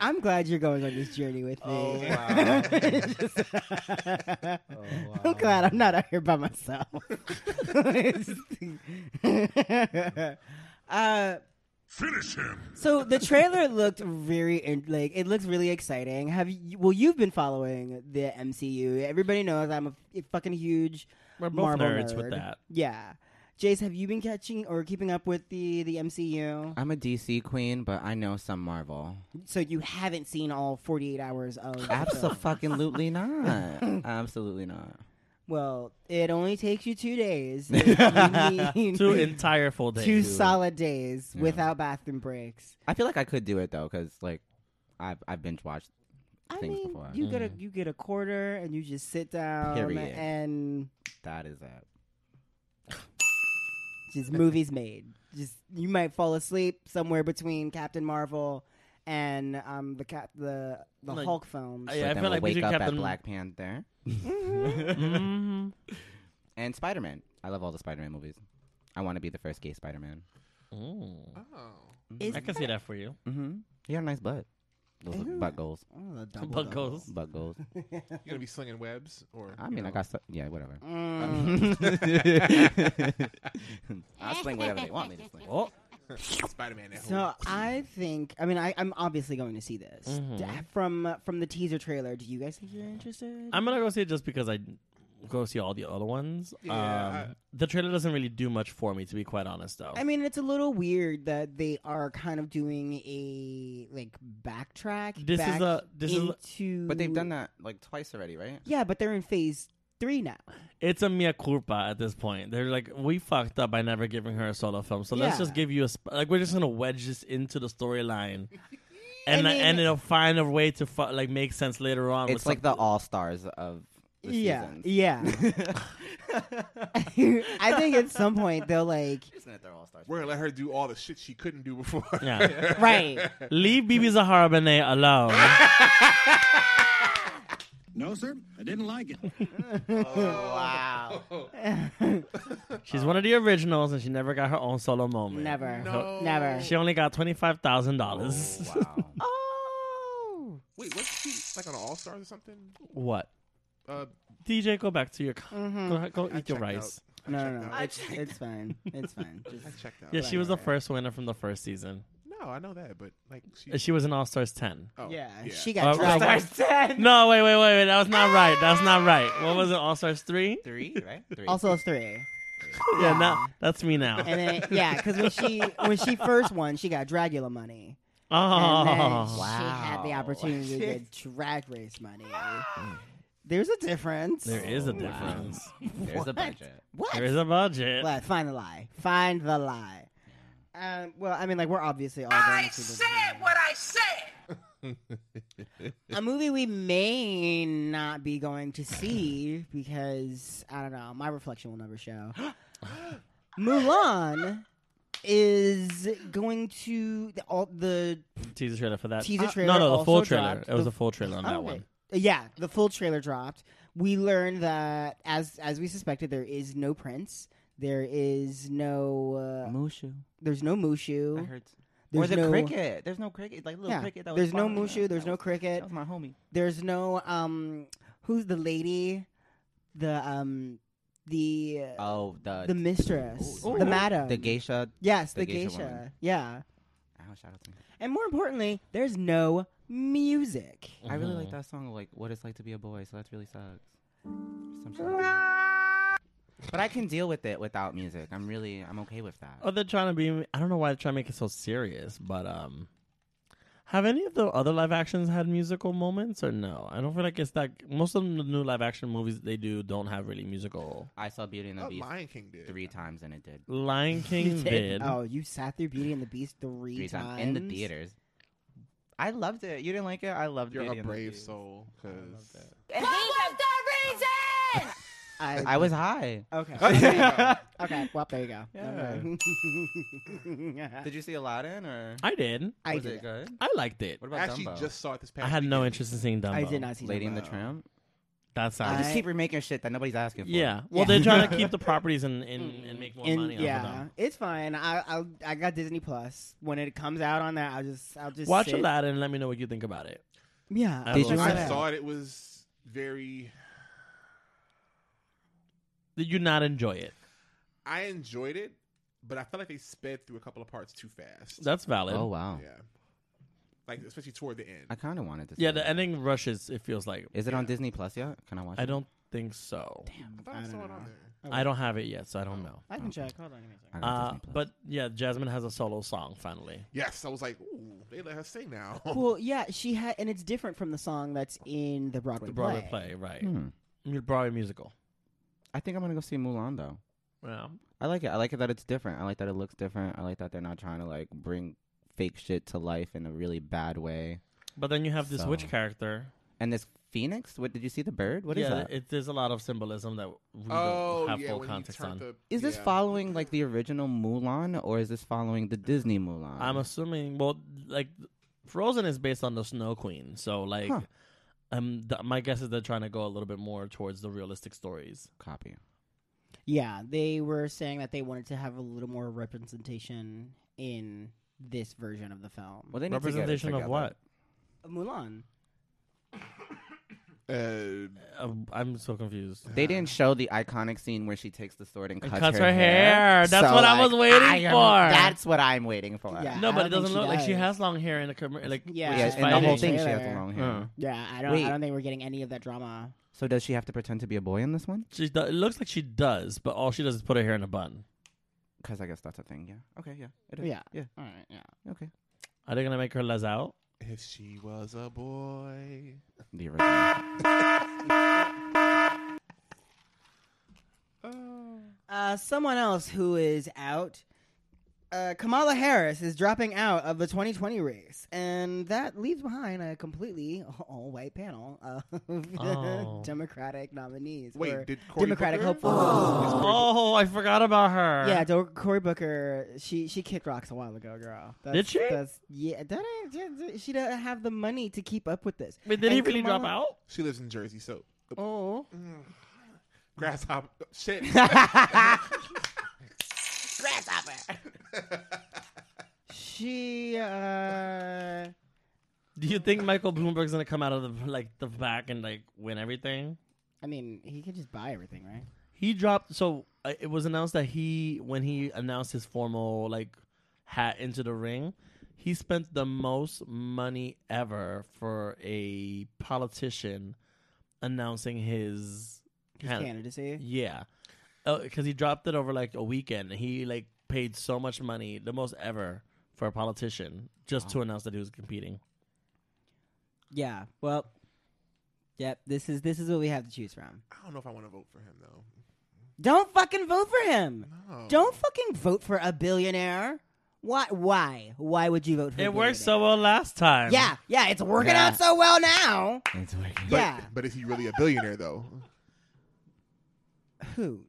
A: I'm glad you're going on this journey with me.
B: Oh, wow. Oh,
A: I'm
B: wow.
A: glad I'm not out here by myself. uh,
F: Finish him.
A: so the trailer looked very in- like it looks really exciting. Have you? Well, you've been following the MCU. Everybody knows I'm a f- fucking huge
C: We're both
A: Marvel
C: nerds
A: nerd.
C: with that.
A: Yeah, Jace, have you been catching or keeping up with the the MCU?
B: I'm a DC queen, but I know some Marvel.
A: So you haven't seen all 48 hours of. the film.
B: Absolutely not. Absolutely not.
A: Well, it only takes you two days.
C: Two entire full days. Mm.
A: two solid days
B: Yeah.
A: without bathroom breaks.
B: I feel like I could do it though, because like I've I've binge watched.
A: I
B: Things
A: mean,
B: before.
A: you
C: Mm.
A: get a you get a quarter and you just sit down
B: Period.
A: and
B: That is it.
A: just movies made. Just you might fall asleep somewhere between Captain Marvel and um the cap the the
C: Like,
A: Hulk films.
C: I-
B: but then
C: Yeah, feel
B: we'll
C: like we
B: wake
C: should
B: up at
C: Captain-
B: Black Panther Mm-hmm.
C: Mhm.
B: and Spider Man. I love all the Spider Man movies. I want to be the first gay Spider Man.
C: Mm.
E: Oh.
A: Is
C: I can see that for you.
B: Mm-hmm. You got a nice butt. Those are
A: Ew.
B: butt goals.
A: Oh, the double
C: But
A: double.
C: goes.
B: Butt goals.
E: You gonna be slinging webs, or
B: I
E: you
B: mean, I
E: know.
B: got. Some, yeah, whatever.
A: Mm.
B: I'll sling whatever they want me to sling.
C: Oh,
E: Spider-Man at
A: So
E: home.
A: I think I mean I, I'm obviously going to see this D-
B: Mm-hmm.
C: Mhm.
A: from from the teaser trailer. Do you guys think you're interested?
C: I'm gonna go see it just because I go see all the other ones.
E: Yeah,
C: um,
E: I-
C: the trailer doesn't really do much for me, to be quite honest, though.
A: I mean, it's a little weird that they are kind of doing a like backtrack.
C: This is
A: back
C: a- this is a-
A: into,
B: But they've done that like twice already, right?
A: Mm. Yeah, but they're in phase three now.
C: it's a mea culpa at this point. They're like, we fucked up by never giving her a solo film, so let's
A: Yeah.
C: just give you a sp- like. We're just gonna wedge this into the storyline, and
A: I mean-
C: and it'll find a way to fu- like make sense later on. with
B: It's like the
C: some-
B: all stars of the
A: yeah, E-
B: seasons.
A: yeah. I think at some point they'll like
B: Just gonna throw all stars.
E: We're gonna let her do all the shit she couldn't do before.
C: Yeah.
A: right.
C: leave Bibi Zahara Benet alone.
F: No, sir. I didn't like it.
B: wow.
C: She's one of the originals, and she never got her own solo moment.
A: Never,
E: No.
A: never.
C: She only got twenty five thousand dollars.
B: wow.
A: Oh,
E: Wait, was she like on All Stars or something?
C: What?
E: Uh,
C: DJ, go back to your co-
A: Mm-hmm.
C: go, go
E: I
C: eat your
E: checked
C: rice.
E: out.
A: no,
E: I checked
A: no, no.
E: out.
A: It's, it's fine. It's fine. Just
E: I checked out.
C: Yeah, she was the
A: Right, right.
C: first winner from the first season.
E: No, I know that, but like she.
C: Uh, She was in All Stars ten.
E: oh,
A: yeah, she got
C: Uh,
A: dropped.
C: no, wait- No, wait, wait, wait, wait. That was not right. That's not right. What was it? All Stars three?
B: Three, right? Three.
A: Also three.
C: Yeah, now that's me now.
A: And then yeah, because when she when she first won, she got Dragula money.
C: oh,
A: and then she
B: Wow.
A: had the opportunity to get drag race money. There's a difference.
C: there is a
B: Wow.
C: difference.
B: There's a budget.
A: What?
C: There is a budget.
A: What? Find the lie. Find the lie. Um, well, I mean, like we're obviously all going
D: I
A: to this
D: said
A: movie.
D: what I said.
A: a movie we may not be going to see because I don't know. My reflection will never show. Mulan is going to the, all the
C: Teaser trailer for that.
A: Teaser
C: Uh,
A: trailer
C: no, no, the full
A: also
C: trailer.
A: dropped.
C: It was
A: The-
C: a full trailer on that
A: Okay.
C: one.
A: oh, Yeah, the full trailer dropped. We learned that as as we suspected, there is no prince. There is no. Uh,
B: Mushu.
A: there's no Mushu.
B: That hurts.
A: There's
B: or the
A: no,
B: cricket. There's no cricket. Like little
A: Yeah,
B: cricket. That was
A: there's no
B: following
A: Mushu.
B: us.
A: There's
B: That
A: no
B: was-
A: cricket.
B: That was my homie.
A: There's no. Um, who's the lady? The um, the
B: Oh, the
A: the mistress,
B: Ooh,
A: the
B: ooh.
A: madam,
B: oh, the geisha.
A: Yes, the,
B: the
A: geisha.
B: geisha woman.
A: Yeah,
B: Oh, shout out to me.
A: and more importantly, there's no music.
B: I really like
C: Mhm.
B: that song. Like what it's like to be a boy. So that really sucks. Some shit like that. But I can deal with it without music. I'm really, I'm okay with that.
C: Oh, they're trying to be. I don't know why they're trying to make it so serious, but um, have any of the other live actions had musical moments or no? I don't feel like it's that. Most of the new live action movies they do don't have really musical.
B: I saw Beauty and the
E: Oh,
B: Beast
E: Lion King did.
B: three times and it did
C: Lion King did.
A: Oh, you sat through Beauty and the Beast three,
B: three
A: times
B: times in the theaters. I loved it. You didn't like it. I loved
E: You're
B: Beauty
E: a
B: and the
E: brave
B: Beast.
E: soul,
B: I love
E: because
B: that.
D: And he was the reason.
A: I,
B: I was high.
A: okay. okay. Well, there you go.
B: Did you see Aladdin or
C: I did.
A: I
B: was
A: did.
B: it good?
C: I liked it.
B: What
E: I
B: about
E: actually
B: Dumbo?
E: just saw it this past.
C: I had no
E: weekend.
C: interest in seeing Dumbo.
A: I did not see
B: Lady and the
A: Dumbo.
B: Tramp.
C: That
B: I
C: sounds.
B: just keep remaking shit that nobody's asking for.
C: yeah. Well,
A: Yeah.
C: they're trying to keep the properties and and, and make more
A: And
C: money. off of
A: yeah,
C: them.
A: it's fine. I I'll, I got Disney Plus. When it comes out on that, I'll just I'll just
C: Watch
A: sit.
C: Aladdin and let me know what you think about it.
A: Yeah.
C: I
A: I'll
C: will.
A: check
E: When
A: it
E: I
A: out.
E: saw it, it was very.
C: Did you not enjoy it?
E: I enjoyed it, but I felt like they sped through a couple of parts too fast.
C: That's valid.
B: Oh wow.
E: yeah, like especially toward the end.
B: I kind of wanted to. See
C: yeah,
B: it.
C: the ending rushes. It feels like.
B: Is it on Disney Plus yet? Can I watch?
C: I
B: it?
C: don't think so.
E: I thought I,
A: I
E: saw
A: don't
E: it on
A: know.
E: there.
C: I don't have it yet, so I don't know.
A: I can check. Hold on. Give me a
B: I
A: second.
B: got Oh.
C: Uh,
B: Disney Plus.
C: but yeah, Jasmine has a solo song finally.
E: Yes, I was like, ooh, they let her sing now.
A: Well, yeah, she had, and it's different from the song that's in the Broadway,
C: The Broadway play, right?
B: Hmm.
C: Your Broadway musical.
B: I think I'm gonna go see Mulan though.
C: Yeah.
B: I like it. I like it that it's different. I like that it looks different. I like that they're not trying to like bring fake shit to life in a really bad way.
C: But then you have this witch
B: So-
C: character.
B: And this phoenix, what did you see the bird? What is
C: yeah,
B: that? Is
C: It, there's a lot of symbolism that we
E: oh
C: don't have
E: yeah,
C: full
E: when
C: context
E: you
C: on.
E: turned the
B: this
E: yeah.
B: following like the original Mulan or is this following the Disney Mulan?
C: I'm assuming. Well, like Frozen is based on the Snow Queen, so like,
B: Huh.
C: um, th- my guess is they're trying to go a little bit more towards the realistic stories.
B: copy.
A: Yeah, they were saying that they wanted to have a little more representation in this version of the film.
B: Well, they need to get it
C: Representation of
B: together.
C: what?
A: Of Mulan.
E: Uh,
C: Uh, I'm so confused.
B: They didn't show the iconic scene where she takes the sword and
C: And
B: cuts,
C: cuts her hair.
B: hair.
C: That's what I was waiting
B: I am-
C: for.
B: That's what I'm waiting for.
A: Yeah.
C: No,
A: I
C: but it
A: don't think
C: doesn't
A: she
C: look like she
A: does.
C: has long hair in a commercial. Like
A: Yeah.
C: when
B: Yeah,
C: she's
B: and the whole
C: fighting.
B: thing, she has the
A: Trailer.
B: long hair.
C: Uh,
A: Yeah, I don't.
B: Wait.
A: I don't think we're getting any of that drama.
B: So does she have to pretend to be a boy in this one?
C: she do- it looks like she does, but all she does is put her hair in a bun.
B: Because I guess that's a thing. Yeah. Okay. Yeah. It is.
A: Yeah.
B: Yeah.
A: All right. Yeah.
B: Okay.
C: Are they gonna make her les out?
E: if she was a boy,
B: The original.
A: Uh, someone else who is out. Uh, Kamala Harris is dropping out of the 2020 race, and that leaves behind a completely all-white panel of
C: Oh.
A: Democratic nominees. or
E: wait, did Cory
A: Democratic
E: Booker?
A: hopeful.
C: Oh, I forgot about her.
A: Yeah, Do- Cory Booker. She she kicked rocks a while ago, girl. That's,
C: Did she?
A: That's, yeah, that ain't- yeah, yeah, she doesn't have the money to keep up with this.
C: Wait, did he
A: And
C: really drop
A: Kamala-
C: out?
E: She lives in Jersey, so
A: Oh,
E: grasshopper shit.
A: she. Uh,
C: Do you think Michael Bloomberg's gonna come out of the like the back and like win everything?
A: I mean, he could just buy everything, right?
C: He dropped. So uh, it was announced that he, when he announced his formal like hat into the ring, he spent the most money ever for a politician announcing his,
A: His
C: can-
A: candidacy.
C: Yeah, because he dropped it over like a weekend. and He like paid so much money, the most ever for a politician, just to announce that he was competing.
A: Yeah. Well. Yep. This is this is what we have to choose from.
E: I don't know if I want to vote for him though.
A: Don't fucking vote for him.
E: No.
A: Don't fucking vote for a billionaire. Why? Why? Why would you vote for? a
C: It worked
A: billionaire?
C: so well last time.
A: Yeah. Yeah. It's working
B: Yeah.
A: out so well now.
B: it's working.
E: But,
A: yeah.
E: but is he really a billionaire though?
A: Who?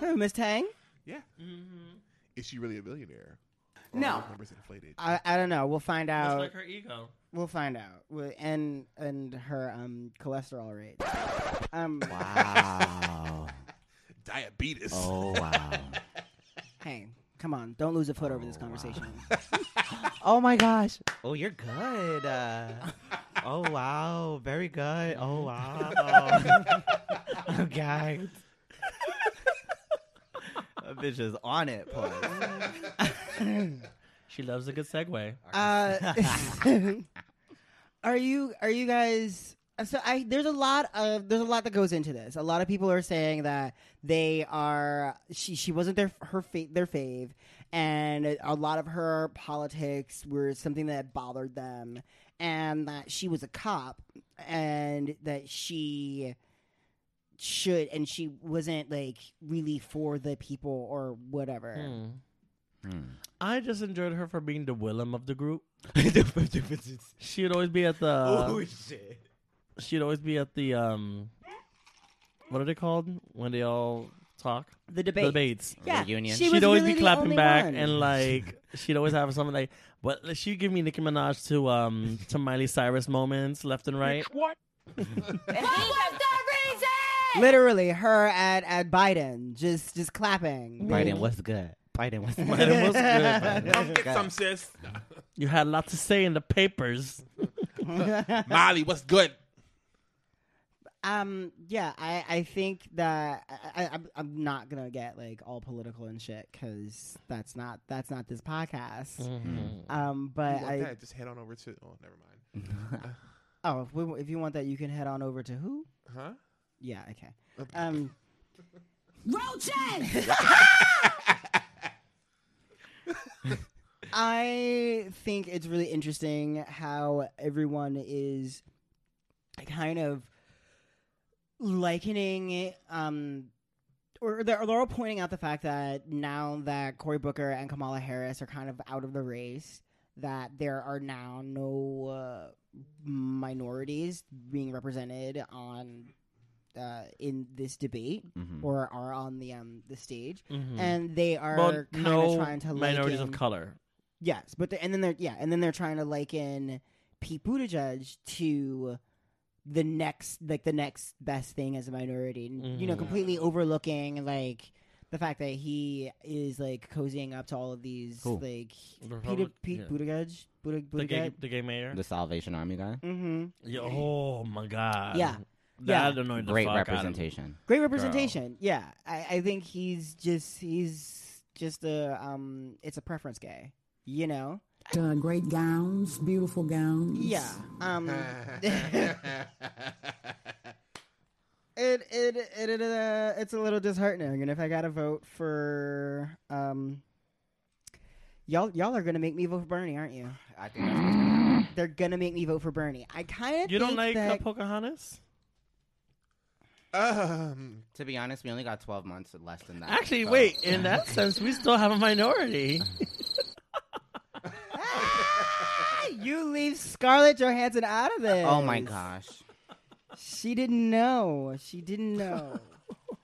A: Who, Miss Tang?
E: Yeah. Mm-hmm. Is she really a billionaire? Or
A: No.
E: are those Numbers inflated.
A: I, I don't know. We'll find
C: It's
A: out.
C: like her ego.
A: we'll find out. We- And and her um cholesterol rate. Um,
B: Wow.
E: Diabetes.
B: Oh wow.
A: hey, come on! Don't lose a foot over this conversation.
B: oh my gosh. Oh, you're good. Uh, oh wow. Very good. Oh wow. oh god. that bitch is on it. Paul.
C: She loves a good segue.
A: Uh, are you are you guys? uh, So I there's a lot of there's a lot that goes into this. A lot of people are saying that they are she she wasn't their her fa- their fave, and a lot of her politics were something that bothered them, and that she was a cop, and that she should and she wasn't like really for the people or whatever.
C: Hmm. I just enjoyed her for being the Willem of the group. She'd always be at the.
B: shit.
C: She'd always be at the. um What are they called when they all talk?
A: The
C: The
A: debate.
C: debates.
A: Yeah,
B: Reunion.
A: she
C: she'd
A: was
C: always
A: really
C: be
A: the
C: clapping
A: only
C: back
A: one.
C: and like she'd always have something like but she'd give me Nicki Minaj to um to Miley Cyrus moments left and right.
A: literally her at at Biden just just clapping.
B: Biden, what's good? Biden, what's good?
C: Biden, what's good? Biden,
E: Come get some, sis.
C: You had a lot to say in the papers.
E: Molly, what's good?
A: Um, yeah, I I think that I, I I'm- I'm not gonna get like all political and shit because that's not that's not this podcast. Um,
E: You
A: but
E: want
A: I
E: that? Just head on over to. Oh, never mind.
A: oh if, we, if you want that you can head on over to who?
E: Huh?
A: Yeah, okay. Um,
G: Roaches!
A: I think it's really interesting how everyone is kind of likening um or they're, they're all pointing out the fact that now that Cory Booker and Kamala Harris are kind of out of the race, that there are now no uh, minorities being represented on uh, in this debate
C: Mm.
B: Mhm.
A: or are on the um the stage,
C: Mhm.
A: and they are
C: Well,
A: kind of trying to
C: minorities
A: liken-
C: of color.
A: Yes, but the, and then they're yeah, and then they're trying to liken Pete Buttigieg to the next like the next best thing as a minority, and, you know,
C: Mhm.
A: completely overlooking like the fact that he is like cozying up to all of these
B: Who?
A: like Peter,
C: Republic-
A: Pete
C: yeah.
A: Buttigieg, Buttig-
C: The gay,
A: Buttigieg.
C: the gay mayor.
B: The Salvation Army guy.
A: Mm-hmm.
C: Yeah, oh my god.
A: Yeah.
C: That
A: Yeah.
C: annoyed the
B: Great
C: fuck out of me.
B: representation.
A: Great representation. Yeah, I, I think he's just he's just a um, it's a preference guy. You know.
H: Uh, great gowns, beautiful gowns.
A: Yeah. Um. it it it, it uh, it's a little disheartening and if i gotta vote for um y'all y'all are gonna make me vote for bernie aren't you
B: I think that's what's gonna happen.
A: they're gonna make me vote for bernie i kind of
C: You don't like uh,
A: that,
C: Pocahontas?
E: um,
B: To be honest, we only got 12 months less than that.
C: Actually,
B: so-
C: wait. In that sense, we still have a minority.
A: you leave scarlett johansson out of this
B: Oh my gosh.
A: she didn't know she didn't know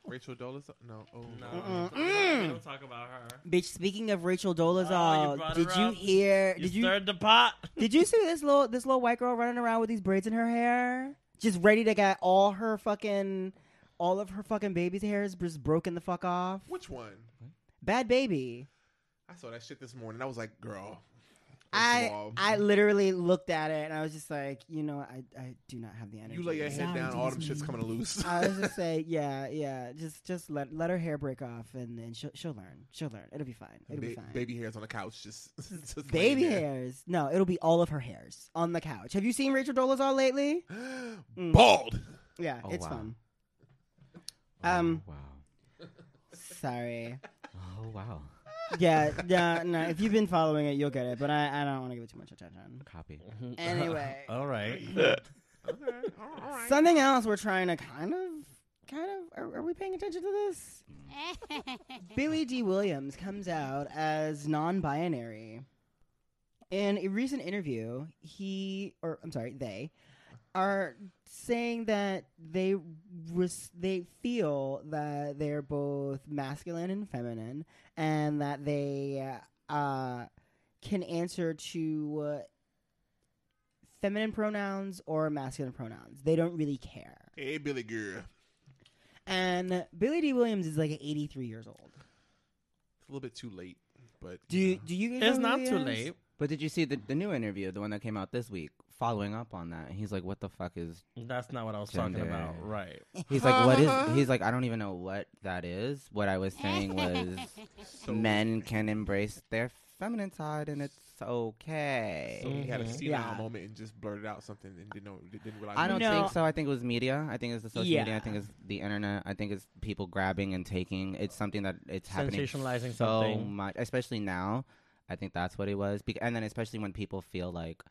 E: Rachel Dolezal? No. Oh,
C: don't talk about her.
A: bitch speaking of rachel
C: Oh, you
A: dolezal
C: brought
A: did
C: her
A: you
C: up.
A: hear
C: You
A: did you
C: stirred the pot.
A: Did you see this little this little white girl running around with these braids in her hair? Just ready to get all her fucking all of her fucking baby's hairs just broken the fuck off.
E: Which one?
A: Bad baby.
E: I saw that shit this morning. I was like, girl. first of
A: I
E: all,
A: I literally looked at it and I was just like, you know, I, I do not have the energy.
E: you lay your head down, all them shit's coming loose.
A: I was just say, yeah, yeah, just just let let her hair break off and then she'll she'll learn. She'll learn. It'll be fine. It'll be
E: Ba-
A: fine.
E: baby hairs on the couch, just, just laying
A: Baby
E: there.
A: hairs. No, it'll be all of her hairs on the couch. Have you seen Rachel Dolezal lately? Mm.
E: bald.
A: Yeah,
B: Oh,
A: it's
B: wow.
A: fun.
B: Oh,
A: Um,
B: wow.
A: Sorry.
B: Oh, wow.
A: yeah, yeah, no. If you've been following it, you'll get it. But I, I don't want to give it too much attention.
B: Copy.
A: Anyway,
C: All right.
A: something else we're trying to kind of, kind of. Are, are we paying attention to this? Billy D. Williams comes out as non-binary. In a recent interview, he, or I'm sorry, they, are saying that they res- they feel that they're both masculine and feminine, and that they uh, can answer to uh, feminine pronouns or masculine pronouns. They don't really care.
E: Hey, Billy girl. It's
A: And Billy D. Williams is like 83 years old.
E: a little bit too late, but
A: Do you, do you? guys know
C: It's
A: who
C: not
A: he
C: too
A: is?
C: late.
B: But did you see the, the new interview, the one that came out this week, following up on that? He's like, what the fuck is.
C: That's not what I was talking
B: Gender.
C: about. Right.
B: He's like, what is. He's like, I don't even know what that is. What I was saying was men can embrace their feminine side and it's okay.
E: So he had a senile
A: Yeah.
E: moment and just blurted out something and didn't know, didn't realize.
B: I don't
A: No.
B: think so. I think it was media. I think it's the social media.
A: Yeah.
B: I think it's the internet. I think it's people grabbing and taking. It's something that it's happening
C: Sensationalizing
B: so
C: something.
B: much, especially now. I think that's what it was. Bec- And then especially when people feel like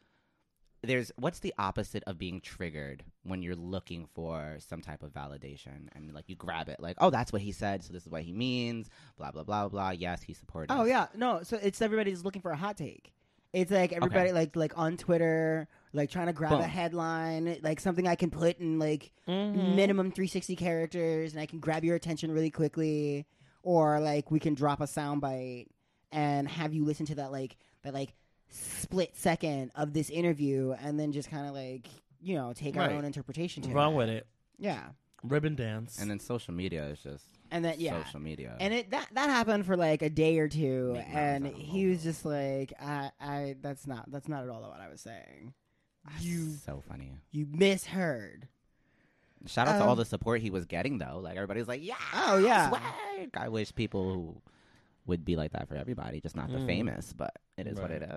B: there's what's the opposite of being triggered when you're looking for some type of validation and like you grab it like oh that's what he said so this is what he means blah blah blah blah yes he supported
A: Oh yeah, no. So it's everybody's looking for a hot take. It's like everybody like like on Twitter, like trying to grab a
B: Boom.
A: headline, like something I can put in like
C: Mm-hmm.
A: minimum 360 characters, and I can grab your attention really quickly, or like we can drop a soundbite and have you listen to that like that like split second of this interview, and then just kind of like you know take
C: Right.
A: our own interpretation to
C: Wrong
A: it.
C: with it.
A: Yeah,
C: Ribbon dance.
B: and then social media is just
A: and then yeah,
B: social media
A: and it that that happened for like a day or two,
B: Make my
A: and
B: eyes out of
A: he was
B: Momo.
A: just like, I, "I, that's not, that's not at all what I was saying. You,
B: so funny
A: you misheard."
B: shout out to all
A: Um,
B: the support he was getting though like everybody's like yeah
A: Oh, yeah.
B: swag. i wish people who would be like that for everybody just not the
C: Mm.
B: famous but it is what
C: Right.
B: it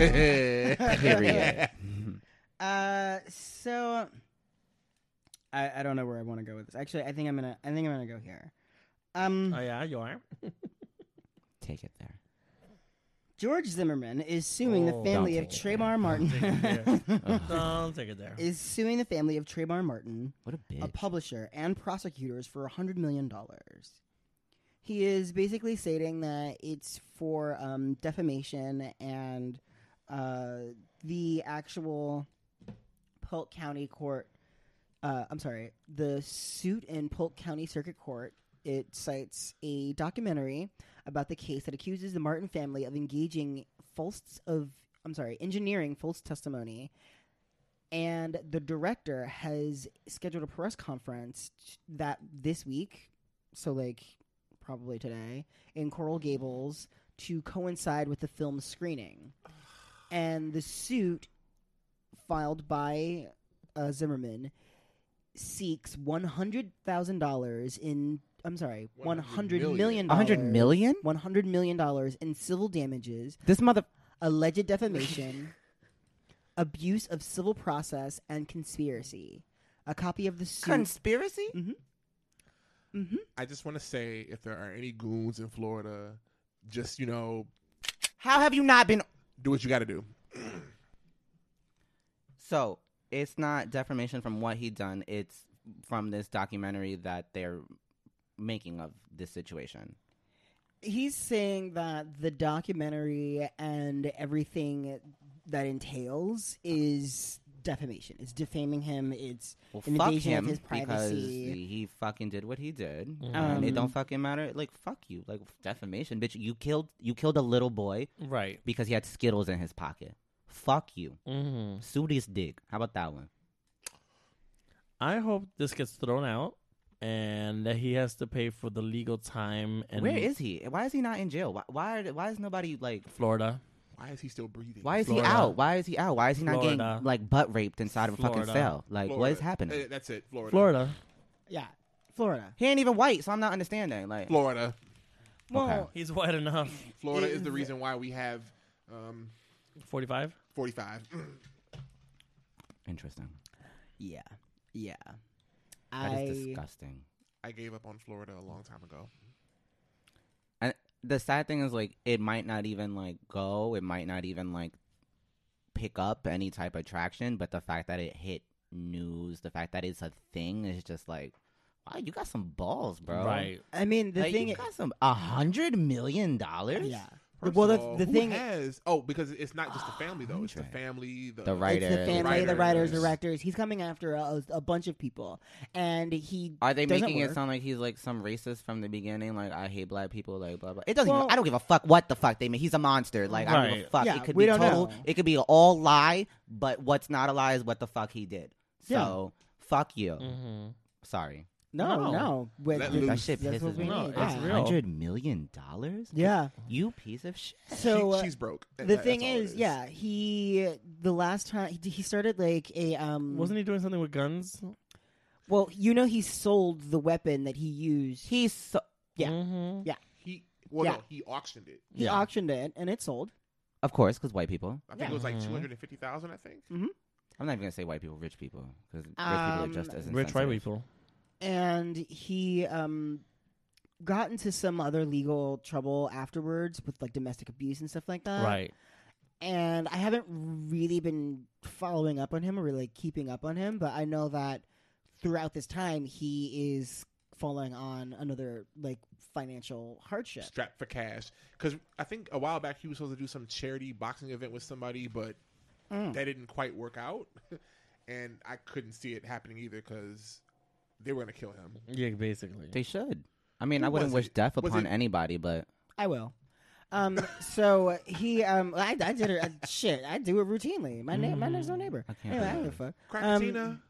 B: is period
A: Uh, so I, I don't know where I want to go with this. Actually, I think I'm gonna, I think I'm gonna go here. Um,
C: oh yeah, you are.
B: take it there
A: George Zimmerman is suing
C: Oh.
A: the family
B: Don't
A: of
B: take it
A: Trayvon Martin.
C: Don't take it there.
A: is suing the family of Trayvon Martin
B: what a bitch
A: a publisher and prosecutors for $100 million. He is basically stating that it's for um, defamation and uh, the actual Polk County Court. Uh, I'm sorry, the suit in Polk County Circuit Court. It cites a documentary about the case that accuses the Martin family of engaging false of I'm sorry, engineering false testimony and the director has scheduled a press conference t- that this week, so like probably today, in Coral Gables to coincide with the film's screening. And the suit filed by uh, Zimmerman seeks one hundred thousand dollars in. I'm sorry, one hundred million.
B: A hundred million?
A: One hundred million dollars in civil damages
B: this mother
A: alleged defamation, abuse of civil process, and conspiracy. A copy of the suit.
B: conspiracy
E: I just want to say, if there are any goons in Florida, just you know,
B: how have you not been
E: do what you got to do.
B: So it's not defamation from what he done. It's from this documentary that they're making of this situation.
A: He's saying that the documentary and everything that entails is defamation. It's defaming him. It's
B: Well,
A: An
B: fuck
A: invasion of
B: him
A: his
B: because
A: privacy.
B: he fucking did what he did,
A: Um,
B: and it don't fucking matter. Like fuck you, like defamation, bitch. You killed you killed a little boy
C: Right.
B: because he had Skittles in his pocket. Fuck you,
C: Mm-hmm.
B: sue this dick. How about that one?
C: I hope this gets thrown out and that he has to pay for the legal time. And
B: Where is he? Why is he not in jail? Why why, are, why is nobody like?
C: Florida?
E: Why is he still breathing?
B: Why is
C: Florida.
B: he out? Why is he out? Why is he not
C: Florida.
B: getting like butt raped inside of a
C: Florida.
B: fucking cell? Like what is
E: Florida.
B: happening?
E: Eh, that's it, Florida.
C: Florida.
A: yeah, Florida.
B: He ain't even white, so I'm not understanding. Like,
E: Florida.
A: Well,
C: He's white enough.
E: Florida is the reason why we have um,
C: Forty-five.
E: 45.
B: interesting.
A: yeah, yeah.
B: That
A: I
B: is disgusting.
E: I gave up on Florida a long time ago.
B: And the sad thing is, like, it might not even like go. It might not even like pick up any type of traction. But the fact that it hit news, the fact that it's a thing, is just like, wow, you got some balls, bro.
C: Right.
A: I mean, the
B: Like,
A: thing.
B: you got some a hundred million dollars.
A: yeah.
E: First
A: well,
E: of
A: that's
E: all,
A: the
E: who
A: thing.
E: has oh because it's not just the family though. It's the
B: Hundred.
E: family, the,
B: The writer.
A: It's the family, the writers,
E: writers.
A: directors. He's coming after a, a bunch of people, and he
B: Are they
A: doesn't
B: making
A: work.
B: it sound like he's like some racist from the beginning? Like I hate black people, like blah blah. It doesn't.
A: Well-
B: even, I don't give a fuck what the fuck they mean. He's a monster. Like I don't give a
C: Right.
B: fuck.
A: Yeah,
B: it could
A: we
B: be
A: don't
B: total.
A: know.
B: It could be an all lie. But what's not a lie is what the fuck he did. So fuck you.
C: Mm-hmm.
B: Sorry.
A: No, no.
C: No.
A: With,
E: Let
A: with-
E: loose.
B: Mm. That shit
A: That's
B: pisses
A: what we
B: me.
C: No,
A: need.
C: it's
A: yeah.
C: real.
B: Hundred million dollars?
A: Yeah.
B: You piece of shit.
A: So uh,
E: she, she's broke. That-
A: the
E: that-
A: thing
E: that's all it
A: is, yeah, he the last time he, he started like a um
C: Wasn't he doing something with guns?
A: well, you know, he sold the weapon that he used. He
B: He's so,
A: Yeah.
C: Mm-hmm.
E: He well
A: Yeah.
E: no, he auctioned it.
A: he
C: Yeah.
A: auctioned it and it sold.
B: of course, because white people.
E: I think it was like
C: Mhm.
E: 250,000 I think.
B: I'm not even gonna say white people, rich people, because rich people
A: Um,
B: are just as
C: Rich white
B: insensitive.
C: people.
A: and he um got into some other legal trouble afterwards with like domestic abuse and stuff like that.
C: right.
A: And I haven't really been following up on him or really like, keeping up on him, but I know that throughout this time he is falling on another like financial hardship.
E: strapped for cash. Because I think a while back he was supposed to do some charity boxing event with somebody, but
A: Mm.
E: that didn't quite work out. and I couldn't see it happening either because they were going to kill him.
C: Yeah, basically.
B: They should. I mean,
E: Who
B: I wouldn't
E: was
B: wish
E: it?
B: death
E: Was
B: upon
E: it-
B: anybody, but
A: I will. Um, so he, um, I, I did it. Uh, shit, I do it routinely. My name, my next door neighbor.
B: Mm, I can't
A: Anyway, I
B: believe
A: don't give a fuck. Um,
E: Crackatina,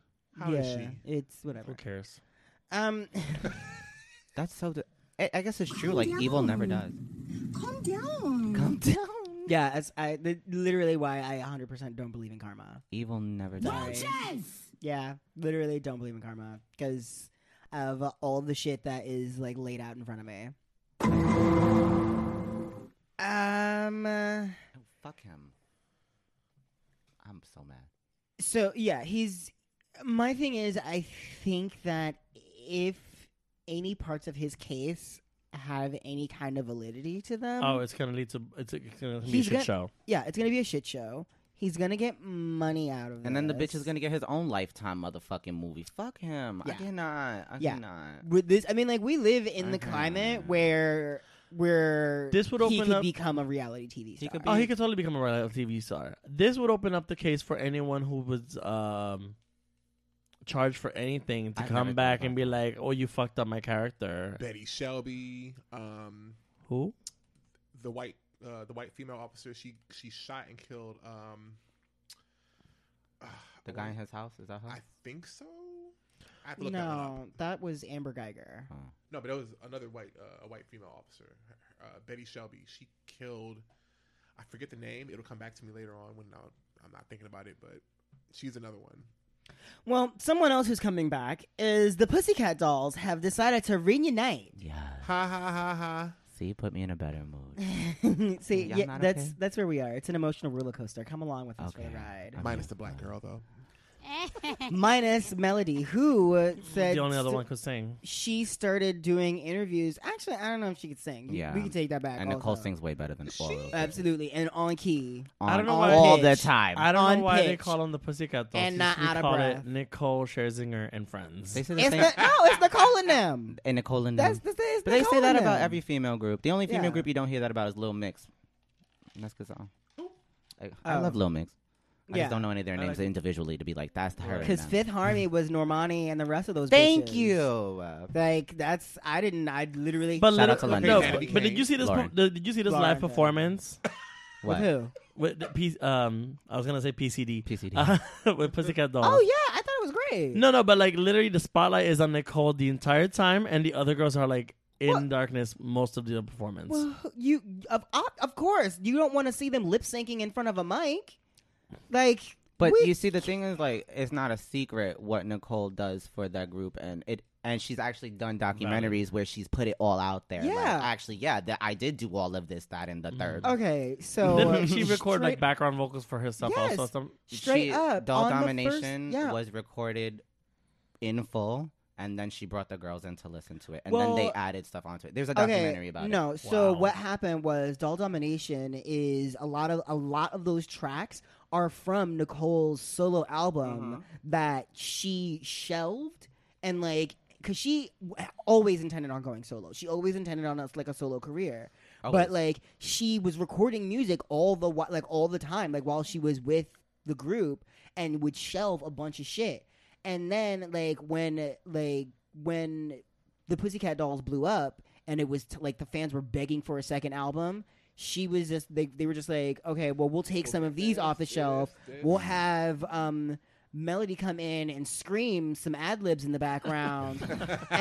E: how
A: yeah,
E: is she?
A: It's whatever.
C: Who cares?
A: Um,
B: that's so. d I I I guess it's true. Like evil never does.
H: Calm down.
B: Calm down.
A: yeah, that's I the, literally why I 100% don't believe in karma.
B: Evil never
A: Sorry.
B: dies.
A: Yeah, literally don't believe in karma because of all the shit that is like laid out in front of me. Um. uh,
B: Oh, fuck him. I'm so mad.
A: So yeah, he's my thing is I think that if any parts of his case have any kind of validity to them,
C: oh, it's gonna lead to it's, it's gonna be a
A: he's
C: shit
A: got-
C: show.
A: yeah, it's gonna be a shit show. He's gonna get money out of it.
B: And then the bitch is gonna get his own lifetime motherfucking movie. Fuck him. I
A: Yeah.
B: cannot. I
A: Yeah.
B: cannot.
A: with this I mean like we live in the
B: Okay.
A: climate where where
C: This would
A: he
C: open
A: could
C: up-
A: become a reality TV star.
B: He could
C: Oh,
B: be-
C: he could totally become a reality TV star. This would open up the case for anyone who was um charged for anything to
B: I've never
C: come
B: thought
C: back
B: about
C: and be like, "Oh, you fucked up my character."
E: Betty Shelby, um,
C: Who?
E: the white uh, the white female officer. She she shot and killed um, uh,
B: The guy in his house is that her?
E: I think so. I have to look that one up.
A: no, that was Amber Geiger.
B: Oh.
E: No, but that was another white, uh, a white female officer, uh, Betty Shelby. She killed. I forget the name. It'll come back to me later on when I'll, I'm not thinking about it. But she's another one.
A: Well, someone else who's coming back is the Pussycat Dolls have decided to reunite.
B: Yeah.
E: Ha ha ha ha.
B: See, put me in a better mood.
A: See,
B: Y'all
A: yeah,
B: not
A: that's
B: okay?
A: that's where we are. It's an emotional roller coaster. Come along with us for the
B: Okay.
A: ride.
B: Okay.
E: Minus the black girl though.
A: Minus Melody, who uh, said
C: The only other
A: st-
C: one could sing.
A: she started doing interviews. Actually, I don't know if she could sing. We-
B: Yeah.
A: we can take that back.
B: And Nicole
A: also.
B: sings way better than all of them.
A: absolutely and on key.
C: I don't know
B: On
C: why-
B: all the
A: pitch.
B: time.
C: I don't
A: On
C: know why they
A: pitch.
C: call him the Pussycat Dolls.
A: And
C: They
A: not
C: should
A: out of
C: call
A: breath.
C: it Nicole Scherzinger and Friends.
B: They say the
A: It's
B: same.
A: the, no, it's Nicole and them.
B: and Nicole and
A: That's
B: them.
A: the it's
B: Mm. But they
A: Nicole
B: say that
A: and
B: about
A: them.
B: every female group. The only female
A: Yeah.
B: group you don't hear that about is Lil Mix. And that's good song. I, I
A: Oh.
B: love Lil Mix. I
A: Yeah.
B: just don't know any of their
C: I
B: names
C: like-
B: individually to be like that's her. and
A: because
B: them.
A: Fifth Harmony was Normani and the rest of those.
B: Thank
A: bitches.
B: you. Uh,
A: Like that's I didn't. I literally.
C: But
B: Shout
C: little-
B: out to London.
C: No,
B: London.
C: but, but did you see this?
B: Lauren.
C: per- the- Did you see this
A: Lauren,
C: live
A: yeah.
C: performance?
B: what?
A: with who?
C: With the P, um, I was gonna say PCD.
B: PCD.
C: Uh, with Pussycat Dolls.
A: Oh yeah, I thought it was great.
C: No, no, but like literally, the spotlight is on Nicole the entire time, and the other girls are like in darkness most of the performance.
A: Well, you of of- of course you don't want to see them lip syncing in front of a mic, like.
B: But
A: we-
B: you see, the thing is, like, it's not a secret what Nicole does for that group, and it and she's actually done documentaries where she's put it all out there. Like,
A: Yeah.
B: actually, yeah, that I did do all of this, that, and the third.
A: okay, so
C: Then
A: uh,
C: she recorded like
A: straight-
C: background vocals for herself.
A: Yes.
C: Also, some,
A: straight
B: She-
A: up
B: doll
A: on the
B: domination
A: first- yeah.
B: was recorded in full, and then she brought the girls in to listen to it, and then
A: Well-
B: they added stuff onto it. There's a documentary
A: Okay,
B: about it.
A: no. So
C: Wow.
A: what happened was Doll Domination is a lot of a lot of those tracks are from Nicole's solo
B: Mm-hmm.
A: album that she shelved and like because she w- always intended on going solo. She always intended on us like a solo career.
B: Always.
A: But like she was recording music all the whi- like all the time, like while she was with the group, and would shelve a bunch of shit. And then like when like when the Pussycat Dolls blew up, and it was t- like the fans were begging for a second album. She was just they they were just like, okay, well we'll take some of these off the shelf. We'll have um Melody come in and scream some ad libs in the background,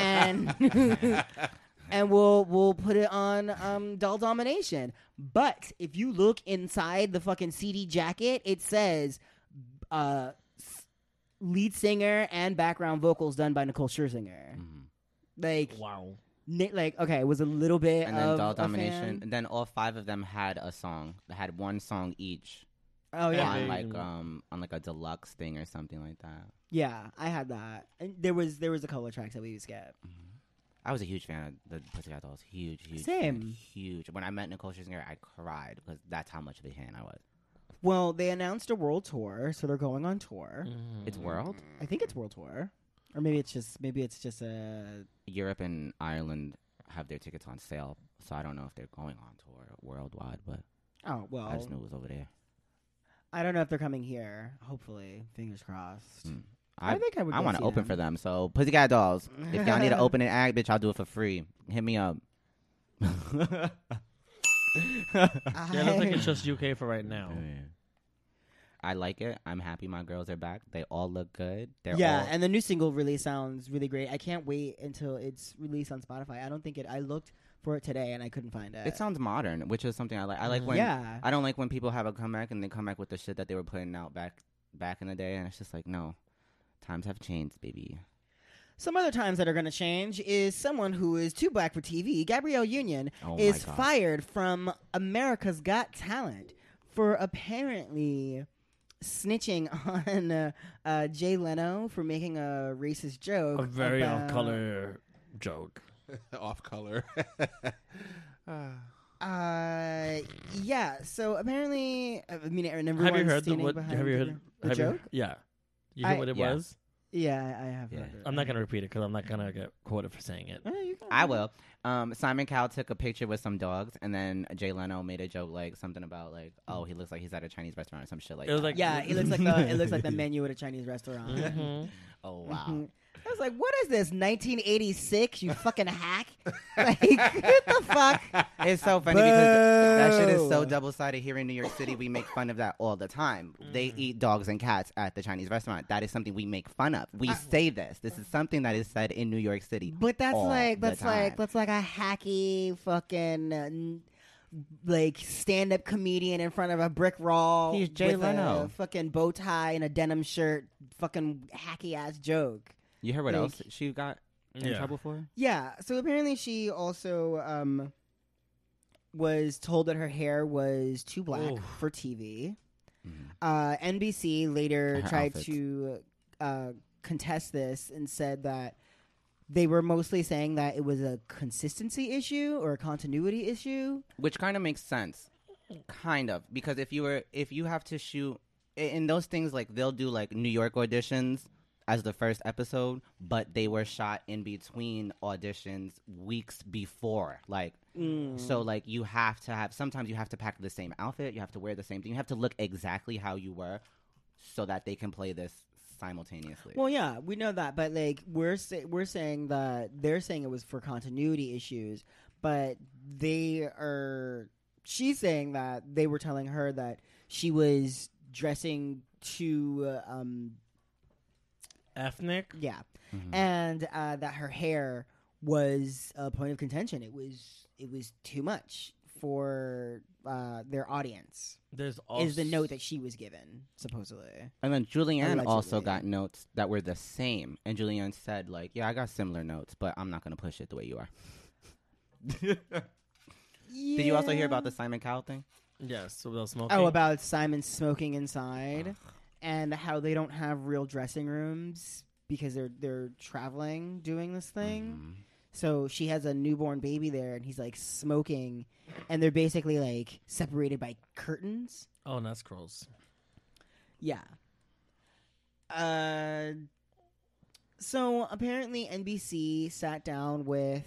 A: and and we'll we'll put it on um, Doll Domination. But if you look inside the fucking CD jacket, it says uh, s- lead singer and background vocals done by Nicole Scherzinger.
B: Mm-hmm.
A: Like
C: wow.
A: ni- like okay, it was a little bit
B: and then
A: of
B: doll
A: a
B: domination,
A: fan.
B: and then all five of them had a song. They had one song each
A: Oh yeah,
B: on
C: Yeah.
B: like um on like a deluxe thing or something like that.
A: yeah, I had that. And there was there was a couple of tracks that we would skip.
B: I was a huge fan of the Pussycat Dolls. Huge, huge,
A: Same.
B: huge, huge. When I met Nicole Scherzinger, I cried because that's how much of a fan I was.
A: Well, they announced a world tour, so they're going on tour.
B: It's world,
A: I think it's world tour, or maybe it's just maybe it's just a
B: Europe and Ireland have their tickets on sale, so I don't know if they're going on tour worldwide, but
A: oh well.
B: I just knew it was over there.
A: I don't know if they're coming here. Hopefully, fingers crossed.
B: Mm.
A: I think I would
B: I
A: go
B: want to
A: see
B: open
A: them.
B: for them. So Pussycat Dolls, if y'all need to open an act, bitch, I'll do it for free. Hit me up.
C: Yeah, it looks like
A: I-
C: it's just UK for right now.
B: I like it. I'm happy my girls are back. They all look good. They're
A: yeah,
B: all,
A: and the new single really sounds really great. I can't wait until it's released on Spotify. I don't think it. I looked for it today and I couldn't find it.
B: it sounds modern, which is something I like. I like when
A: Mm-hmm. yeah.
B: I don't like when people have a comeback and they come back with the shit that they were putting out back back in the day, and it's just like no, times have changed, baby.
A: Some other times that are going to change is someone who is too black for TV. Gabrielle Union
B: Oh my
A: is
B: God.
A: fired from America's Got Talent for apparently snitching on uh, uh, Jay Leno for making a racist joke.
C: A very
A: about-
C: off color joke.
E: off color. Ah.
A: Uh, yeah. So apparently, uh, I mean, and
C: Have you
A: everyone's
C: heard the
A: standing
C: what?
A: behind
C: Have you heard
A: the
C: have you-
A: joke?
C: yeah. You heard
A: I-
C: what it
B: Yeah.
C: was?
A: Yeah, I have
B: Yeah.
A: heard it.
C: I'm not gonna repeat it because I'm not gonna get quoted for saying it.
A: Oh, you can-
B: I will. Um, Simon Cowell took a picture with some dogs, and then Jay Leno made a joke like something about like, oh, he looks like he's at a Chinese restaurant or some shit like
C: It was
B: that.
C: like-
A: Yeah, it looks like the it looks like the menu at a Chinese restaurant.
C: Mhm.
B: oh wow.
A: Mhm. I was like, what is this, 1986, you fucking hack? Like, get the fuck.
B: It's so funny because that shit is so
A: Boo.
B: double sided. Here in New York City, we make fun of that all the time. They
C: Mm-hmm.
B: eat dogs and cats at the Chinese restaurant. That is something we make fun of. We say this. This is something that is said in New York City.
A: But that's
B: all
A: like,
B: the
A: that's like,
B: time.
A: that's like a hacky fucking, uh, n- like, stand up comedian in front of a brick wall.
B: He's Jay
A: with a
B: Leno.
A: fucking bow tie and a denim shirt. Fucking hacky ass joke.
B: you heard what
A: like-
B: else she got in
C: Yeah.
B: trouble for?
A: Yeah. So apparently she also, um, was told that her hair was too black
C: Oof.
A: for TV. Uh, NBC later
B: Her
A: tried
B: outfits.
A: to uh, contest this and said that they were mostly saying that it was a consistency issue or a continuity issue.
B: which kind of makes sense kind of because if you were if you have to shoot i- in those things like they'll do like new york auditions as the first episode but they were shot in between auditions weeks before like
A: Mm.
B: so like you have to have sometimes you have to pack the same outfit you have to wear the same thing you have to look exactly how you were so that they can play this simultaneously
A: Well, yeah, we know that, but like we're say- we're saying that they're saying it was for continuity issues, but they are she's saying that they were telling her that she was dressing too uh, um
C: Ethnic.
A: Yeah.
B: Mm-hmm.
A: And uh, that her hair was a point of contention. It was it was too much for uh, their audience.
C: There's also
A: Is the note that she was given supposedly?
B: And then Julianne also
A: Allegedly.
B: got notes that were the same. And Julianne said, like, yeah, I got similar notes, but I'm not going to push it the way you are. Did you also hear about the Simon Cowell thing?
C: yes. So they'll smoke.
A: Oh, about Simon smoking inside and how they don't have real dressing rooms because they're they're traveling doing this thing.
B: Mm-hmm.
A: So she has a newborn baby there, and he's like smoking, and they're basically like separated by curtains.
C: oh, not scrolls.
A: Yeah. Uh, so apparently NBC sat down with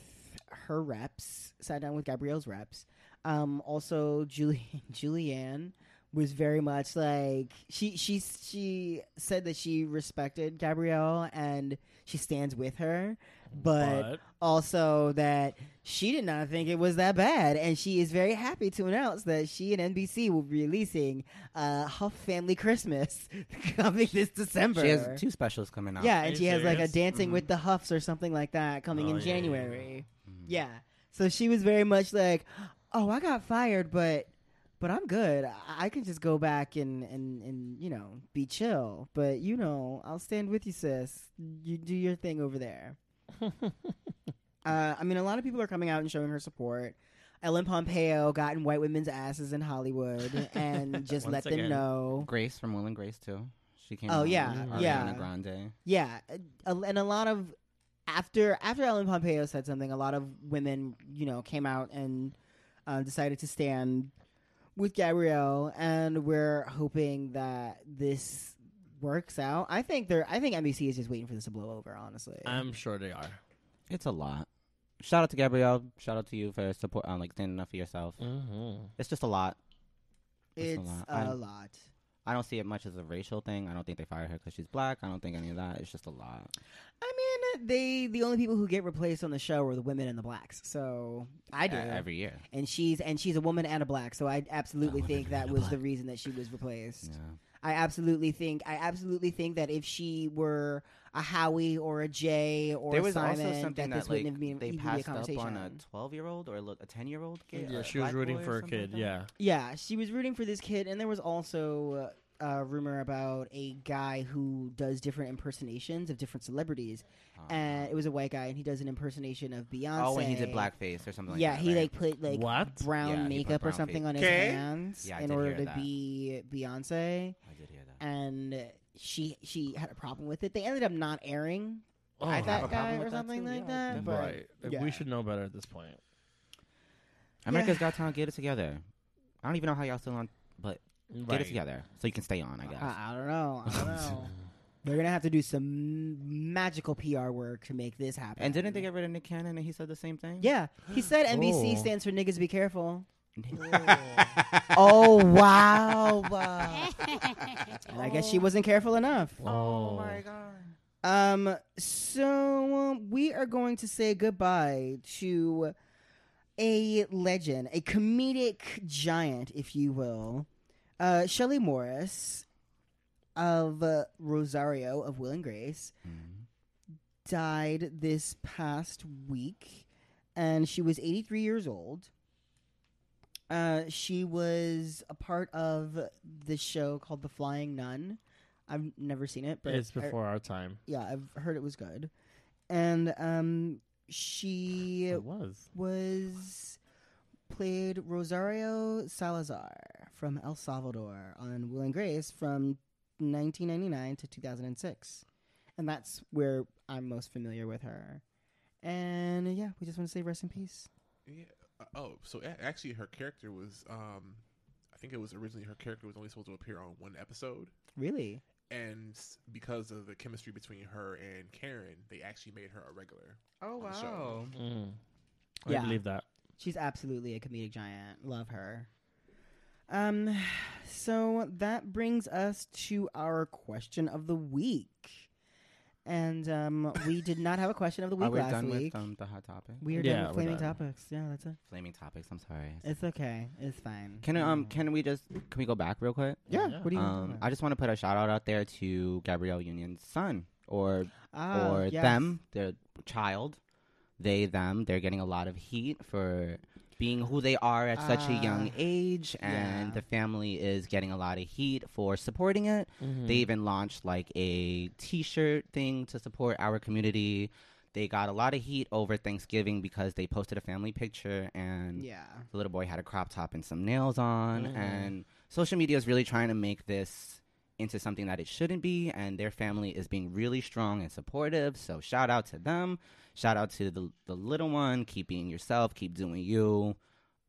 A: her reps, sat down with Gabrielle's reps. Um, also Julie Julianne was very much like she she she said that she respected Gabrielle and she stands with her, but
C: But-
A: also that she did not think it was that bad, and she is very happy to announce that she and NBC will be releasing uh, Huff Family Christmas coming this December.
B: She has two specials coming out.
A: Yeah,
C: Are
A: and
C: you
A: she has like a
C: serious? Mm-hmm.
A: Dancing with the Huffs or something like that coming
C: Oh,
A: in
C: yeah, Mm-hmm. yeah, yeah.
A: January. Yeah. So she was very much like, "Oh, I got fired, but but I'm good. I, I can just go back and and and you know be chill. But you know, I'll stand with you, sis. You do your thing over there." uh, I mean, a lot of people are coming out and showing her support. Ellen Pompeo got in white women's asses in Hollywood and just
C: Once
A: let them
C: again.
A: know.
B: Grace from Will and Grace, too. She came
A: Oh,
B: out
A: yeah,
B: with
A: yeah. uh,
B: Ariana Grande.
A: Yeah, a- and a lot of a- after after Ellen Pompeo said something, a lot of women, you know, came out and uh, decided to stand with Gabrielle, and we're hoping that this works out. I think they're. I think NBC is just waiting for this to blow over. Honestly,
C: I'm sure they are.
B: It's a lot. Shout out to Gabrielle. Shout out to you for support, um, like standing up for yourself.
A: Mm.
C: Mm-hmm.
B: It's just a lot.
A: it's
B: it's a lot. I-
A: a lot.
B: I don't see it much as a racial thing. I don't think they fired her because she's black. I don't think any of that. It's just a lot.
A: I mean, they the only people who get replaced on the show are the women and the blacks. So I
B: E-
A: do
B: every year.
A: and she's and she's a woman and a black. So I absolutely
B: A woman
A: think that
B: and a
A: was the
B: black.
A: reason that she was replaced.
B: Yeah.
A: I absolutely think I absolutely think that if she were a Howie or a Jay or
B: there
A: a
B: was
A: Simon,
B: also something
A: that
B: that,
A: this
B: like
A: wouldn't have been
B: they
A: even
B: passed
A: be
B: up
A: a conversation.
B: on a twelve-year-old or a little- a ten-year-old kid.
C: Yeah,
B: a
C: she was
B: black
C: rooting
B: boy or
C: for a
B: something
C: kid.
B: like that.
C: yeah.
A: Yeah, she was rooting for this kid, and there was also uh, a rumor about a guy who does different impersonations of different celebrities,
B: Oh,
A: and it was a white guy, and he does an impersonation of Beyonce.
B: oh, when he did blackface or something. like
A: yeah,
B: that,
A: he
B: right?
A: like put like
C: What?
A: brown
B: Yeah, he put
A: makeup or
B: brown
A: something
B: face.
A: on his
E: Okay.
A: hands
B: Yeah, I
A: in
B: did
A: order
B: hear
A: to
B: that.
A: be Beyonce,
B: I did hear that.
A: and she she had a problem with it. They ended up not airing
C: Oh,
A: I
B: have a
A: that
B: problem
A: guy
B: with
A: or
B: that
A: something
B: too,
A: like
B: yeah,
A: that. But
C: right. Like,
A: yeah.
C: We should know better at this point.
B: America's Got Talent, get it together. I don't even know how y'all still on, but
C: Right.
B: get it together so you can stay on. I guess.
A: I, I don't know. I don't know. They're gonna have to do some magical PR work to make this happen.
B: and didn't they get rid of Nick Cannon? And he said the same thing.
A: Yeah, he said NBC
C: Oh.
A: stands for niggas be careful.
B: Yeah.
A: Oh wow! and I guess she wasn't careful enough.
C: Oh,
A: Um, so um, we are going to say goodbye to a legend, a comedic giant, if you will, uh, Shelley Morris of uh, Rosario of Will and Grace
B: Mm-hmm.
A: died this past week, and she was 83 years old. Uh, she was a part of this show called The Flying Nun. I've never seen it, but
C: it's
A: I-
C: before our time.
A: yeah, I've heard it was good. And um, she
C: It was.
A: was played Rosario Salazar from El Salvador on Will and Grace from 1999 to 2006. And that's where I'm most familiar with her. And yeah, we just want to say rest in peace.
E: Yeah. uh, Oh, so a- actually, her character was. um I think it was originally her character was only supposed to appear on one episode,
A: Really?
E: and s- because of the chemistry between her and Karen, they actually made her a regular.
B: Oh
E: on the show.
B: wow.
C: Mm.
A: Yeah.
C: I believe that.
A: She's absolutely a comedic giant. Love her. Um, so that brings us to our question of the week, and um, we did not have a question of the week
B: Are we
A: last
B: done
A: week.
B: with um, the hot topic?
A: we are
C: Yeah,
A: done with
C: we're
A: flaming
C: done.
A: topics. Yeah, that's it.
B: Flaming topics. I'm sorry.
A: It's okay. It's fine.
B: Can um can we just can we go back real quick?
A: yeah,
C: Yeah.
A: What do you?
B: Um, I just want to put a shout out out there to Gabrielle Union's son or
A: ah,
B: or
A: yes.
B: them, their child. They them. They're getting a lot of heat for being who they are at such a young
A: Ah,
B: age, and
A: yeah.
B: the family is getting a lot of heat for supporting it.
C: Mm-hmm.
B: They
C: Hmm.
B: even launched like a T-shirt thing to support our community. They got a lot of heat over Thanksgiving because they posted a family picture and
A: Yeah.
B: the little boy had a crop top and some nails on
C: Mhm.
B: and social media is really trying to make this into something that it shouldn't be and their family is being really strong and supportive so shout out to them shout out to the, the little one keep being yourself keep doing you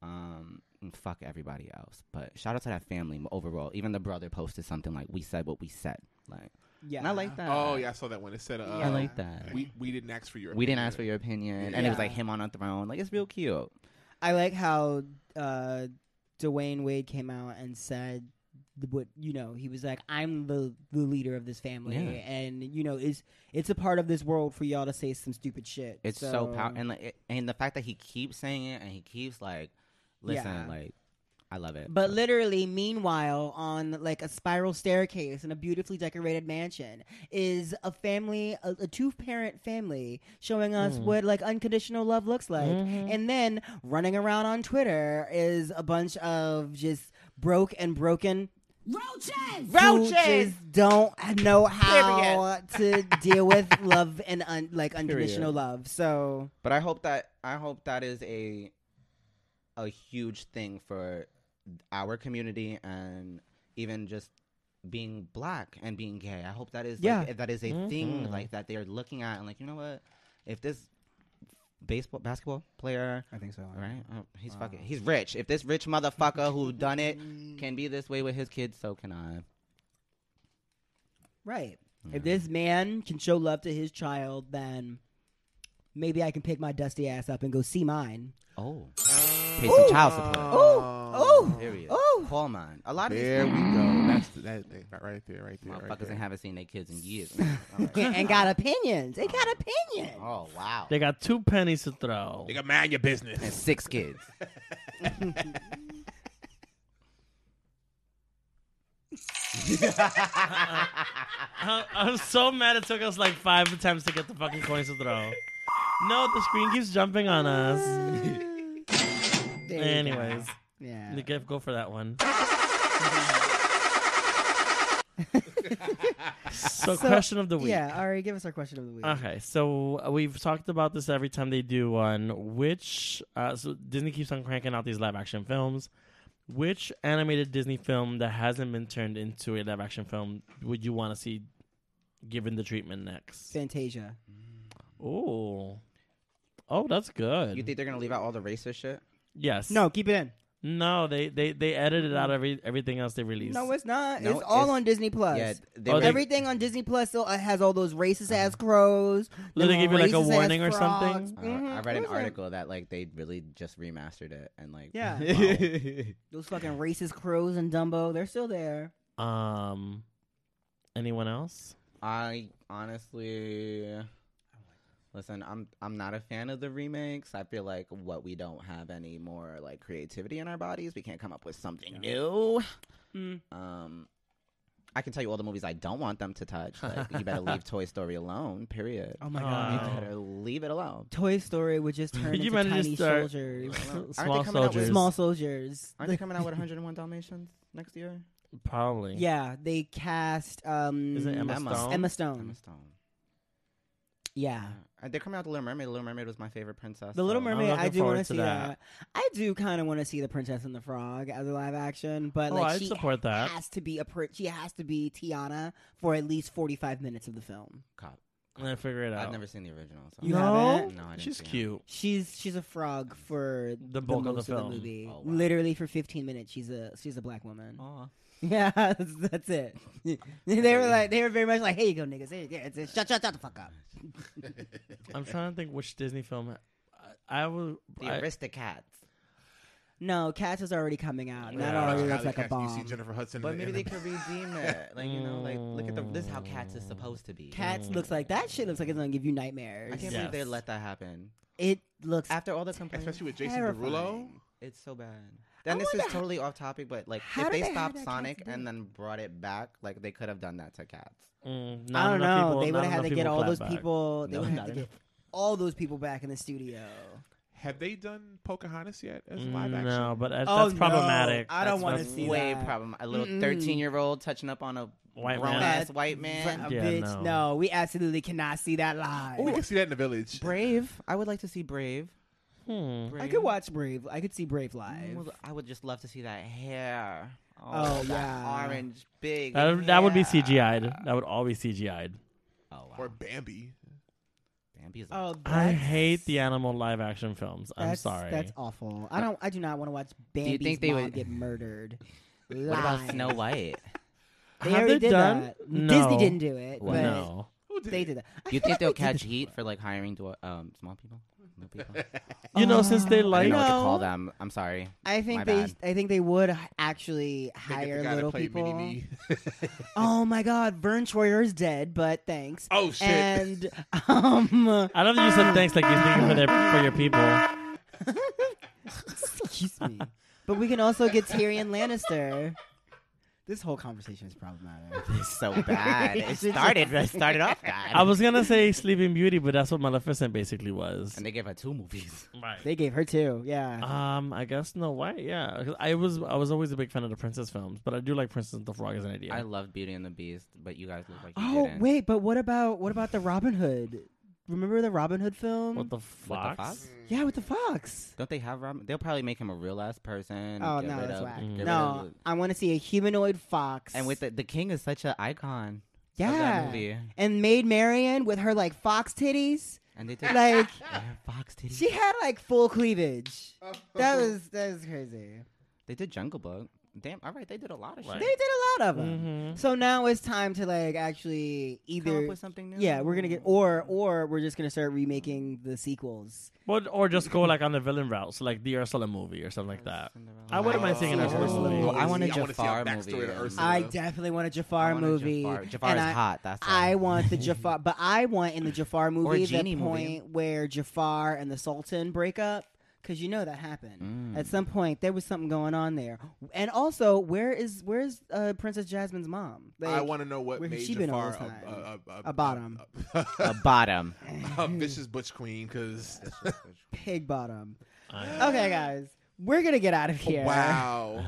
B: um and fuck everybody else but shout out to that family m- overall even the brother posted something like we said what we said like
A: Yeah.
B: and i like that
E: Oh yeah, I saw that one. It said, uh,
B: i like that we,
E: We we didn't ask for your.
B: didn't
E: opinion.
B: ask for your opinion and it was
A: Yeah.
B: like him on a throne like it's real cute
A: I like how uh, Dwayne Wade came out and said th- what you know he was like i'm the the leader of this family
B: Yeah.
A: and you know it's it's a part of this world for y'all to say some stupid shit
B: It's so, powerful, and like, it- and the fact that he keeps saying it and he keeps like, listen,
A: Yeah.
B: like, I love it.
A: but literally meanwhile on like a spiral staircase in a beautifully decorated mansion is a family a, a two-parent family showing us what like unconditional love looks like and then running around on twitter is a bunch of just broke and broken
H: Roaches!
A: who just don't know how to deal with love and un- like unconditional love. So
B: but I hope that I hope that is a, a huge thing for our community and even just being black and being gay. I hope that is
A: Yeah. Mm-hmm.
B: like, that is a thing
C: Mhm.
B: like that they are looking at and like you know what. if this baseball basketball player
I: I think so.
B: all right oh, he's fucking he's rich if this rich motherfucker who done it can be this way with his kids so can i
A: Right. If this man can show love to his child, then maybe I can pick my dusty ass up and go see mine.
B: oh pay some child support
A: Oh,
B: period
A: oh.
B: call mine a lot of these
E: There we go. That's the, that thing right- right there, right there, right
B: motherfuckers
E: there.
B: and haven't seen their kids in years
A: and got opinions. They got opinions.
B: oh wow
C: They got two pennies to throw.
E: Nigga, mind your
B: and
E: business.
B: six kids
C: I, I'm so mad it took us like five attempts to get the fucking coins to throw. No, the screen keeps jumping on us.
A: There you go.
C: Anyways,
A: Yeah.
C: the gift go for that one. so,
A: So,
C: question of the week.
A: Yeah, Ari, give us our question of the week.
C: Okay, so uh, we've talked about this every time they do one. Which uh, so Disney keeps on cranking out these live action films. Which animated Disney film that hasn't been turned into a live action film would you want to see given the treatment next?
A: Fantasia.
C: Oh, oh, that's good.
B: you think they're gonna leave out all the racist shit
C: yes.
A: No, keep it in.
C: No, they they they edited out every everything else they released.
A: No, it's not.
B: Mm-hmm. No,
A: it's all
B: it's-
A: on Disney Plus.
B: yeah they
C: Oh,
B: were- uh,
C: they-
A: Everything on Disney Plus still uh, has all those racist ass crows.
C: Did they give you, like, a
A: racist-ass
C: warning or
A: frogs.
C: something?
B: Uh,
A: Mhm,
B: I read an
A: it was a-
B: article that like they really just remastered it and like
A: Yeah.
B: wow.
A: Those fucking racist crows and Dumbo, they're still there.
C: Um, anyone else?
B: I honestly listen. I'm I'm not a fan of the remakes. I feel like what we don't have any more like creativity in our bodies. We can't come up with something new.
A: Mm.
B: Um, I can tell you all the movies I don't want them to touch. Like you better leave Toy Story alone. Period.
A: Oh my
B: You
C: God.
A: god.
C: Wow.
B: better leave it alone.
A: Toy Story would just turn into
C: You managed to
A: tiny
C: start-
A: soldiers.
C: Small
B: coming out with-
C: soldiers.
A: Small soldiers.
B: Aren't they coming out with 101 Dalmatians next year?
C: Probably.
A: Yeah, they cast um
C: Is it Emma,
B: Emma.
C: Stone?
A: Emma Stone.
B: Emma Stone.
A: Yeah.
B: Uh, They're coming out with The Little Mermaid. The Little Mermaid was my favorite princess.
A: The Little
B: so-
A: Mermaid, I
C: looking
A: do want
C: forward
A: to
C: to
A: see
C: that.
A: that. I do kind of want to see the Princess and the Frog as a live action, but
C: Oh,
A: like
C: I'd
A: she
C: support that.
A: has to be a pr- she has to be Tiana for at least forty five minutes of the film.
B: Cop.
C: I'm gonna figure it out.
B: I've never seen the original. So
A: You
C: no,
A: haven't?
B: No, I didn't
C: she's
B: see it.
C: cute.
A: She's she's a frog for
C: The bulk of
A: most
C: the film.
A: movie.
B: Oh, wow.
A: Literally for fifteen minutes, she's a she's a black woman.
C: Aw.
A: Yeah, that's, that's it. they were like they were very much like, "Here you go, niggas. Here, you go. It's it. Shut, shut, shut the fuck up."
C: I'm trying to think which Disney film. I, I would.
B: The
C: I,
B: Aristocats.
A: No, Cats is already coming out. and That
E: Yeah,
A: already
E: Riley
A: looks like a
E: Cats, You see
A: bomb.
E: Jennifer Hudson.
B: But
E: in the-
B: maybe
E: in
B: they
E: the-
B: could redeem it. Like you know, like look at the this is how cats is supposed to be.
A: Cats looks like that shit looks like it's gonna give you
B: I
A: nightmares.
B: can't
C: Yes.
B: believe they let that happen
A: It looks.
B: after all the complaints.
E: especially with Jason
A: Terrifying.
E: Derulo.
B: it's so bad. Then
A: I
B: this is
A: wonder how-
B: totally off topic, but like if
A: How did
B: they
A: they have
B: stopped
A: that
B: Sonic
A: Cats do
B: and then brought it back, like they could have done that to cats.
C: mm, not
A: I don't
C: enough
A: know.
C: People,
A: they
C: not
A: would have had
C: enough
A: to get
C: people
A: all
C: clap
A: those
C: back.
A: people. They
B: No,
A: would have
B: not
A: to
B: enough.
A: get all those people back in the studio.
E: Have they done Pocahontas yet as a live
C: Mm,
E: action?
C: No, but that- that's
A: Oh, no.
C: problematic.
A: I don't
C: That's
A: wanna
C: messed-
A: see
B: way
A: that.
B: problem. A little
A: Mm-mm.
B: thirteen-year-old touching up on a
C: White
B: grown
C: man.
B: ass
A: That-
B: white man.
A: But,
C: Yeah,
A: bitch,
C: no.
A: no. we absolutely cannot see that live.
E: Oh, we can see that in the village.
B: Brave. I would like to see Brave.
C: Hmm.
B: Brave. Mm,
A: I could watch Brave. I could see Brave live.
B: Well, I would just love to see that hair.
A: Oh,
B: that
A: yeah.
B: orange big.
C: That, that would be
B: hair.
C: CGI'd. That would all be CGI'd.
B: Oh wow.
E: Or Bambi.
B: Bambi is
A: Oh,
C: I
A: that's-
C: hate the animal live action films. I'm
A: That's-
C: sorry.
A: That's awful. I don't. I do not want to watch Bambi's
B: think they
A: mom
B: would-
A: get murdered.
B: What about
A: Live.
B: Snow White?
A: They
C: Have
A: already
C: they
A: did
C: done?
A: that.
C: No.
A: Disney didn't do it,
B: Wow.
A: but
C: no.
E: Who did
A: they
E: it?
A: did that. I
B: You
A: feel
B: think
A: like
B: they'll
A: they did
B: catch
A: that.
B: heat for like hiring dwar- um, small people? Little people?
C: You
A: Oh.
C: know, since they
B: I
C: like
B: don't know what to call them. I'm sorry.
A: I
B: My
A: think they.
B: bad.
A: I think they would h- actually
E: They get the
A: hire
E: guy to
A: little
E: play
A: people.
E: Mini-Me.
A: Oh my God, Vern Troyer is dead, but thanks.
E: oh shit!
A: And um,
C: I love that you said thanks like you're thinking for, their, for your people.
A: excuse me, but we can also get Tyrion Lannister. This whole conversation is problematic.
B: It's so bad. It started. It started off bad.
C: I was gonna say Sleeping Beauty, but that's what Maleficent basically was.
B: and they gave her two movies.
C: Right.
A: They gave her two. Yeah.
C: Um, I guess Snow White. Yeah, 'Cause I was I was always a big fan of the princess films, but I do like Princess and the Frog as an idea.
B: I love Beauty and the Beast, but you guys look like you
A: Oh
B: didn't.
A: wait, but what about what about the Robin Hood? Remember the Robin Hood film?
C: what the
B: With
C: fox?
B: the fox?
A: yeah, with the fox.
B: Don't they have Robin? They'll probably make him a real ass person.
A: Oh
B: get
A: no,
B: rid
A: that's
B: of-
A: whack.
B: get rid
A: No,
B: of-
A: I want to see a humanoid fox.
B: And with the, the king is such an icon. Of
A: yeah,
B: that movie.
A: and Maid Marian with her like fox titties.
B: and they did.
A: Like
B: Air Fox titties.
A: she had like full cleavage. That was that was crazy.
B: They did Jungle Book. Damn. All right, they did a lot of shit.
C: Right.
A: They did a lot of them.
C: Mhm.
A: So now it's time to like actually either
B: Mm-hmm. Come up with something new.
A: yeah we're gonna get or or we're just gonna start remaking the sequels.
C: But or just go like on the villain route, so like the Ursula movie or something like that. I wouldn't mind seeing an
E: Oh.
C: Ursula movie.
B: Oh, I
E: I
B: want a
E: wanna see- I wanna see a
B: Jafar
E: backstory
B: movie.
E: to Ursula.
A: I definitely want a Jafar
B: I want a
A: movie.
B: Jafar. Jafar
A: and
B: is
A: I,
B: hot. That's why.
A: I want the Jafar, but I want in the Jafar movie the
B: genie movie.
A: point where Jafar and the Sultan break up because you know that happened
B: Mm.
A: at some point. There was something going on there, and also where is where is uh, Princess Jasmine's mom?
E: I
A: Like,
E: want to know what
A: where has
E: made
A: she been all
E: Jafar
A: this time?
E: a, a, a,
A: A bottom.
E: a,
B: a bottom.
E: a vicious butch queen because
A: pig bottom.
C: I-
A: Okay, guys, we're gonna get out of here.
E: wow.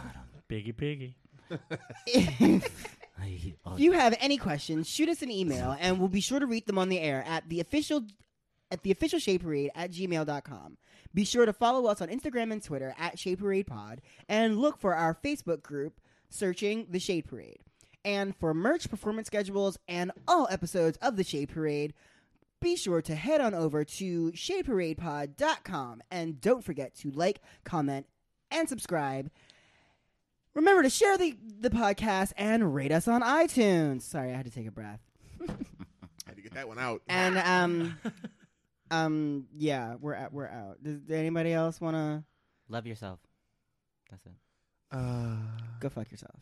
C: Piggy piggy.
A: if
B: oh,
A: you have any questions, shoot us an email and we'll be sure to read them on the air at the official at the official Shade Parade at gmail.com. Be sure to follow us on Instagram and Twitter at Shade Parade Pod and look for our Facebook group searching the Shade Parade. And for merch performance schedules and all episodes of the Shade Parade, be sure to head on over to shadeparadepod.com and don't forget to like, comment, and subscribe. Remember to share the, the podcast and rate us on iTunes. Sorry, I had to take a breath.
E: Had to get that one out.
A: And um um yeah, we're out we're out. Does, does anybody else want to
B: Love yourself. That's it.
E: Uh,
A: go fuck yourself?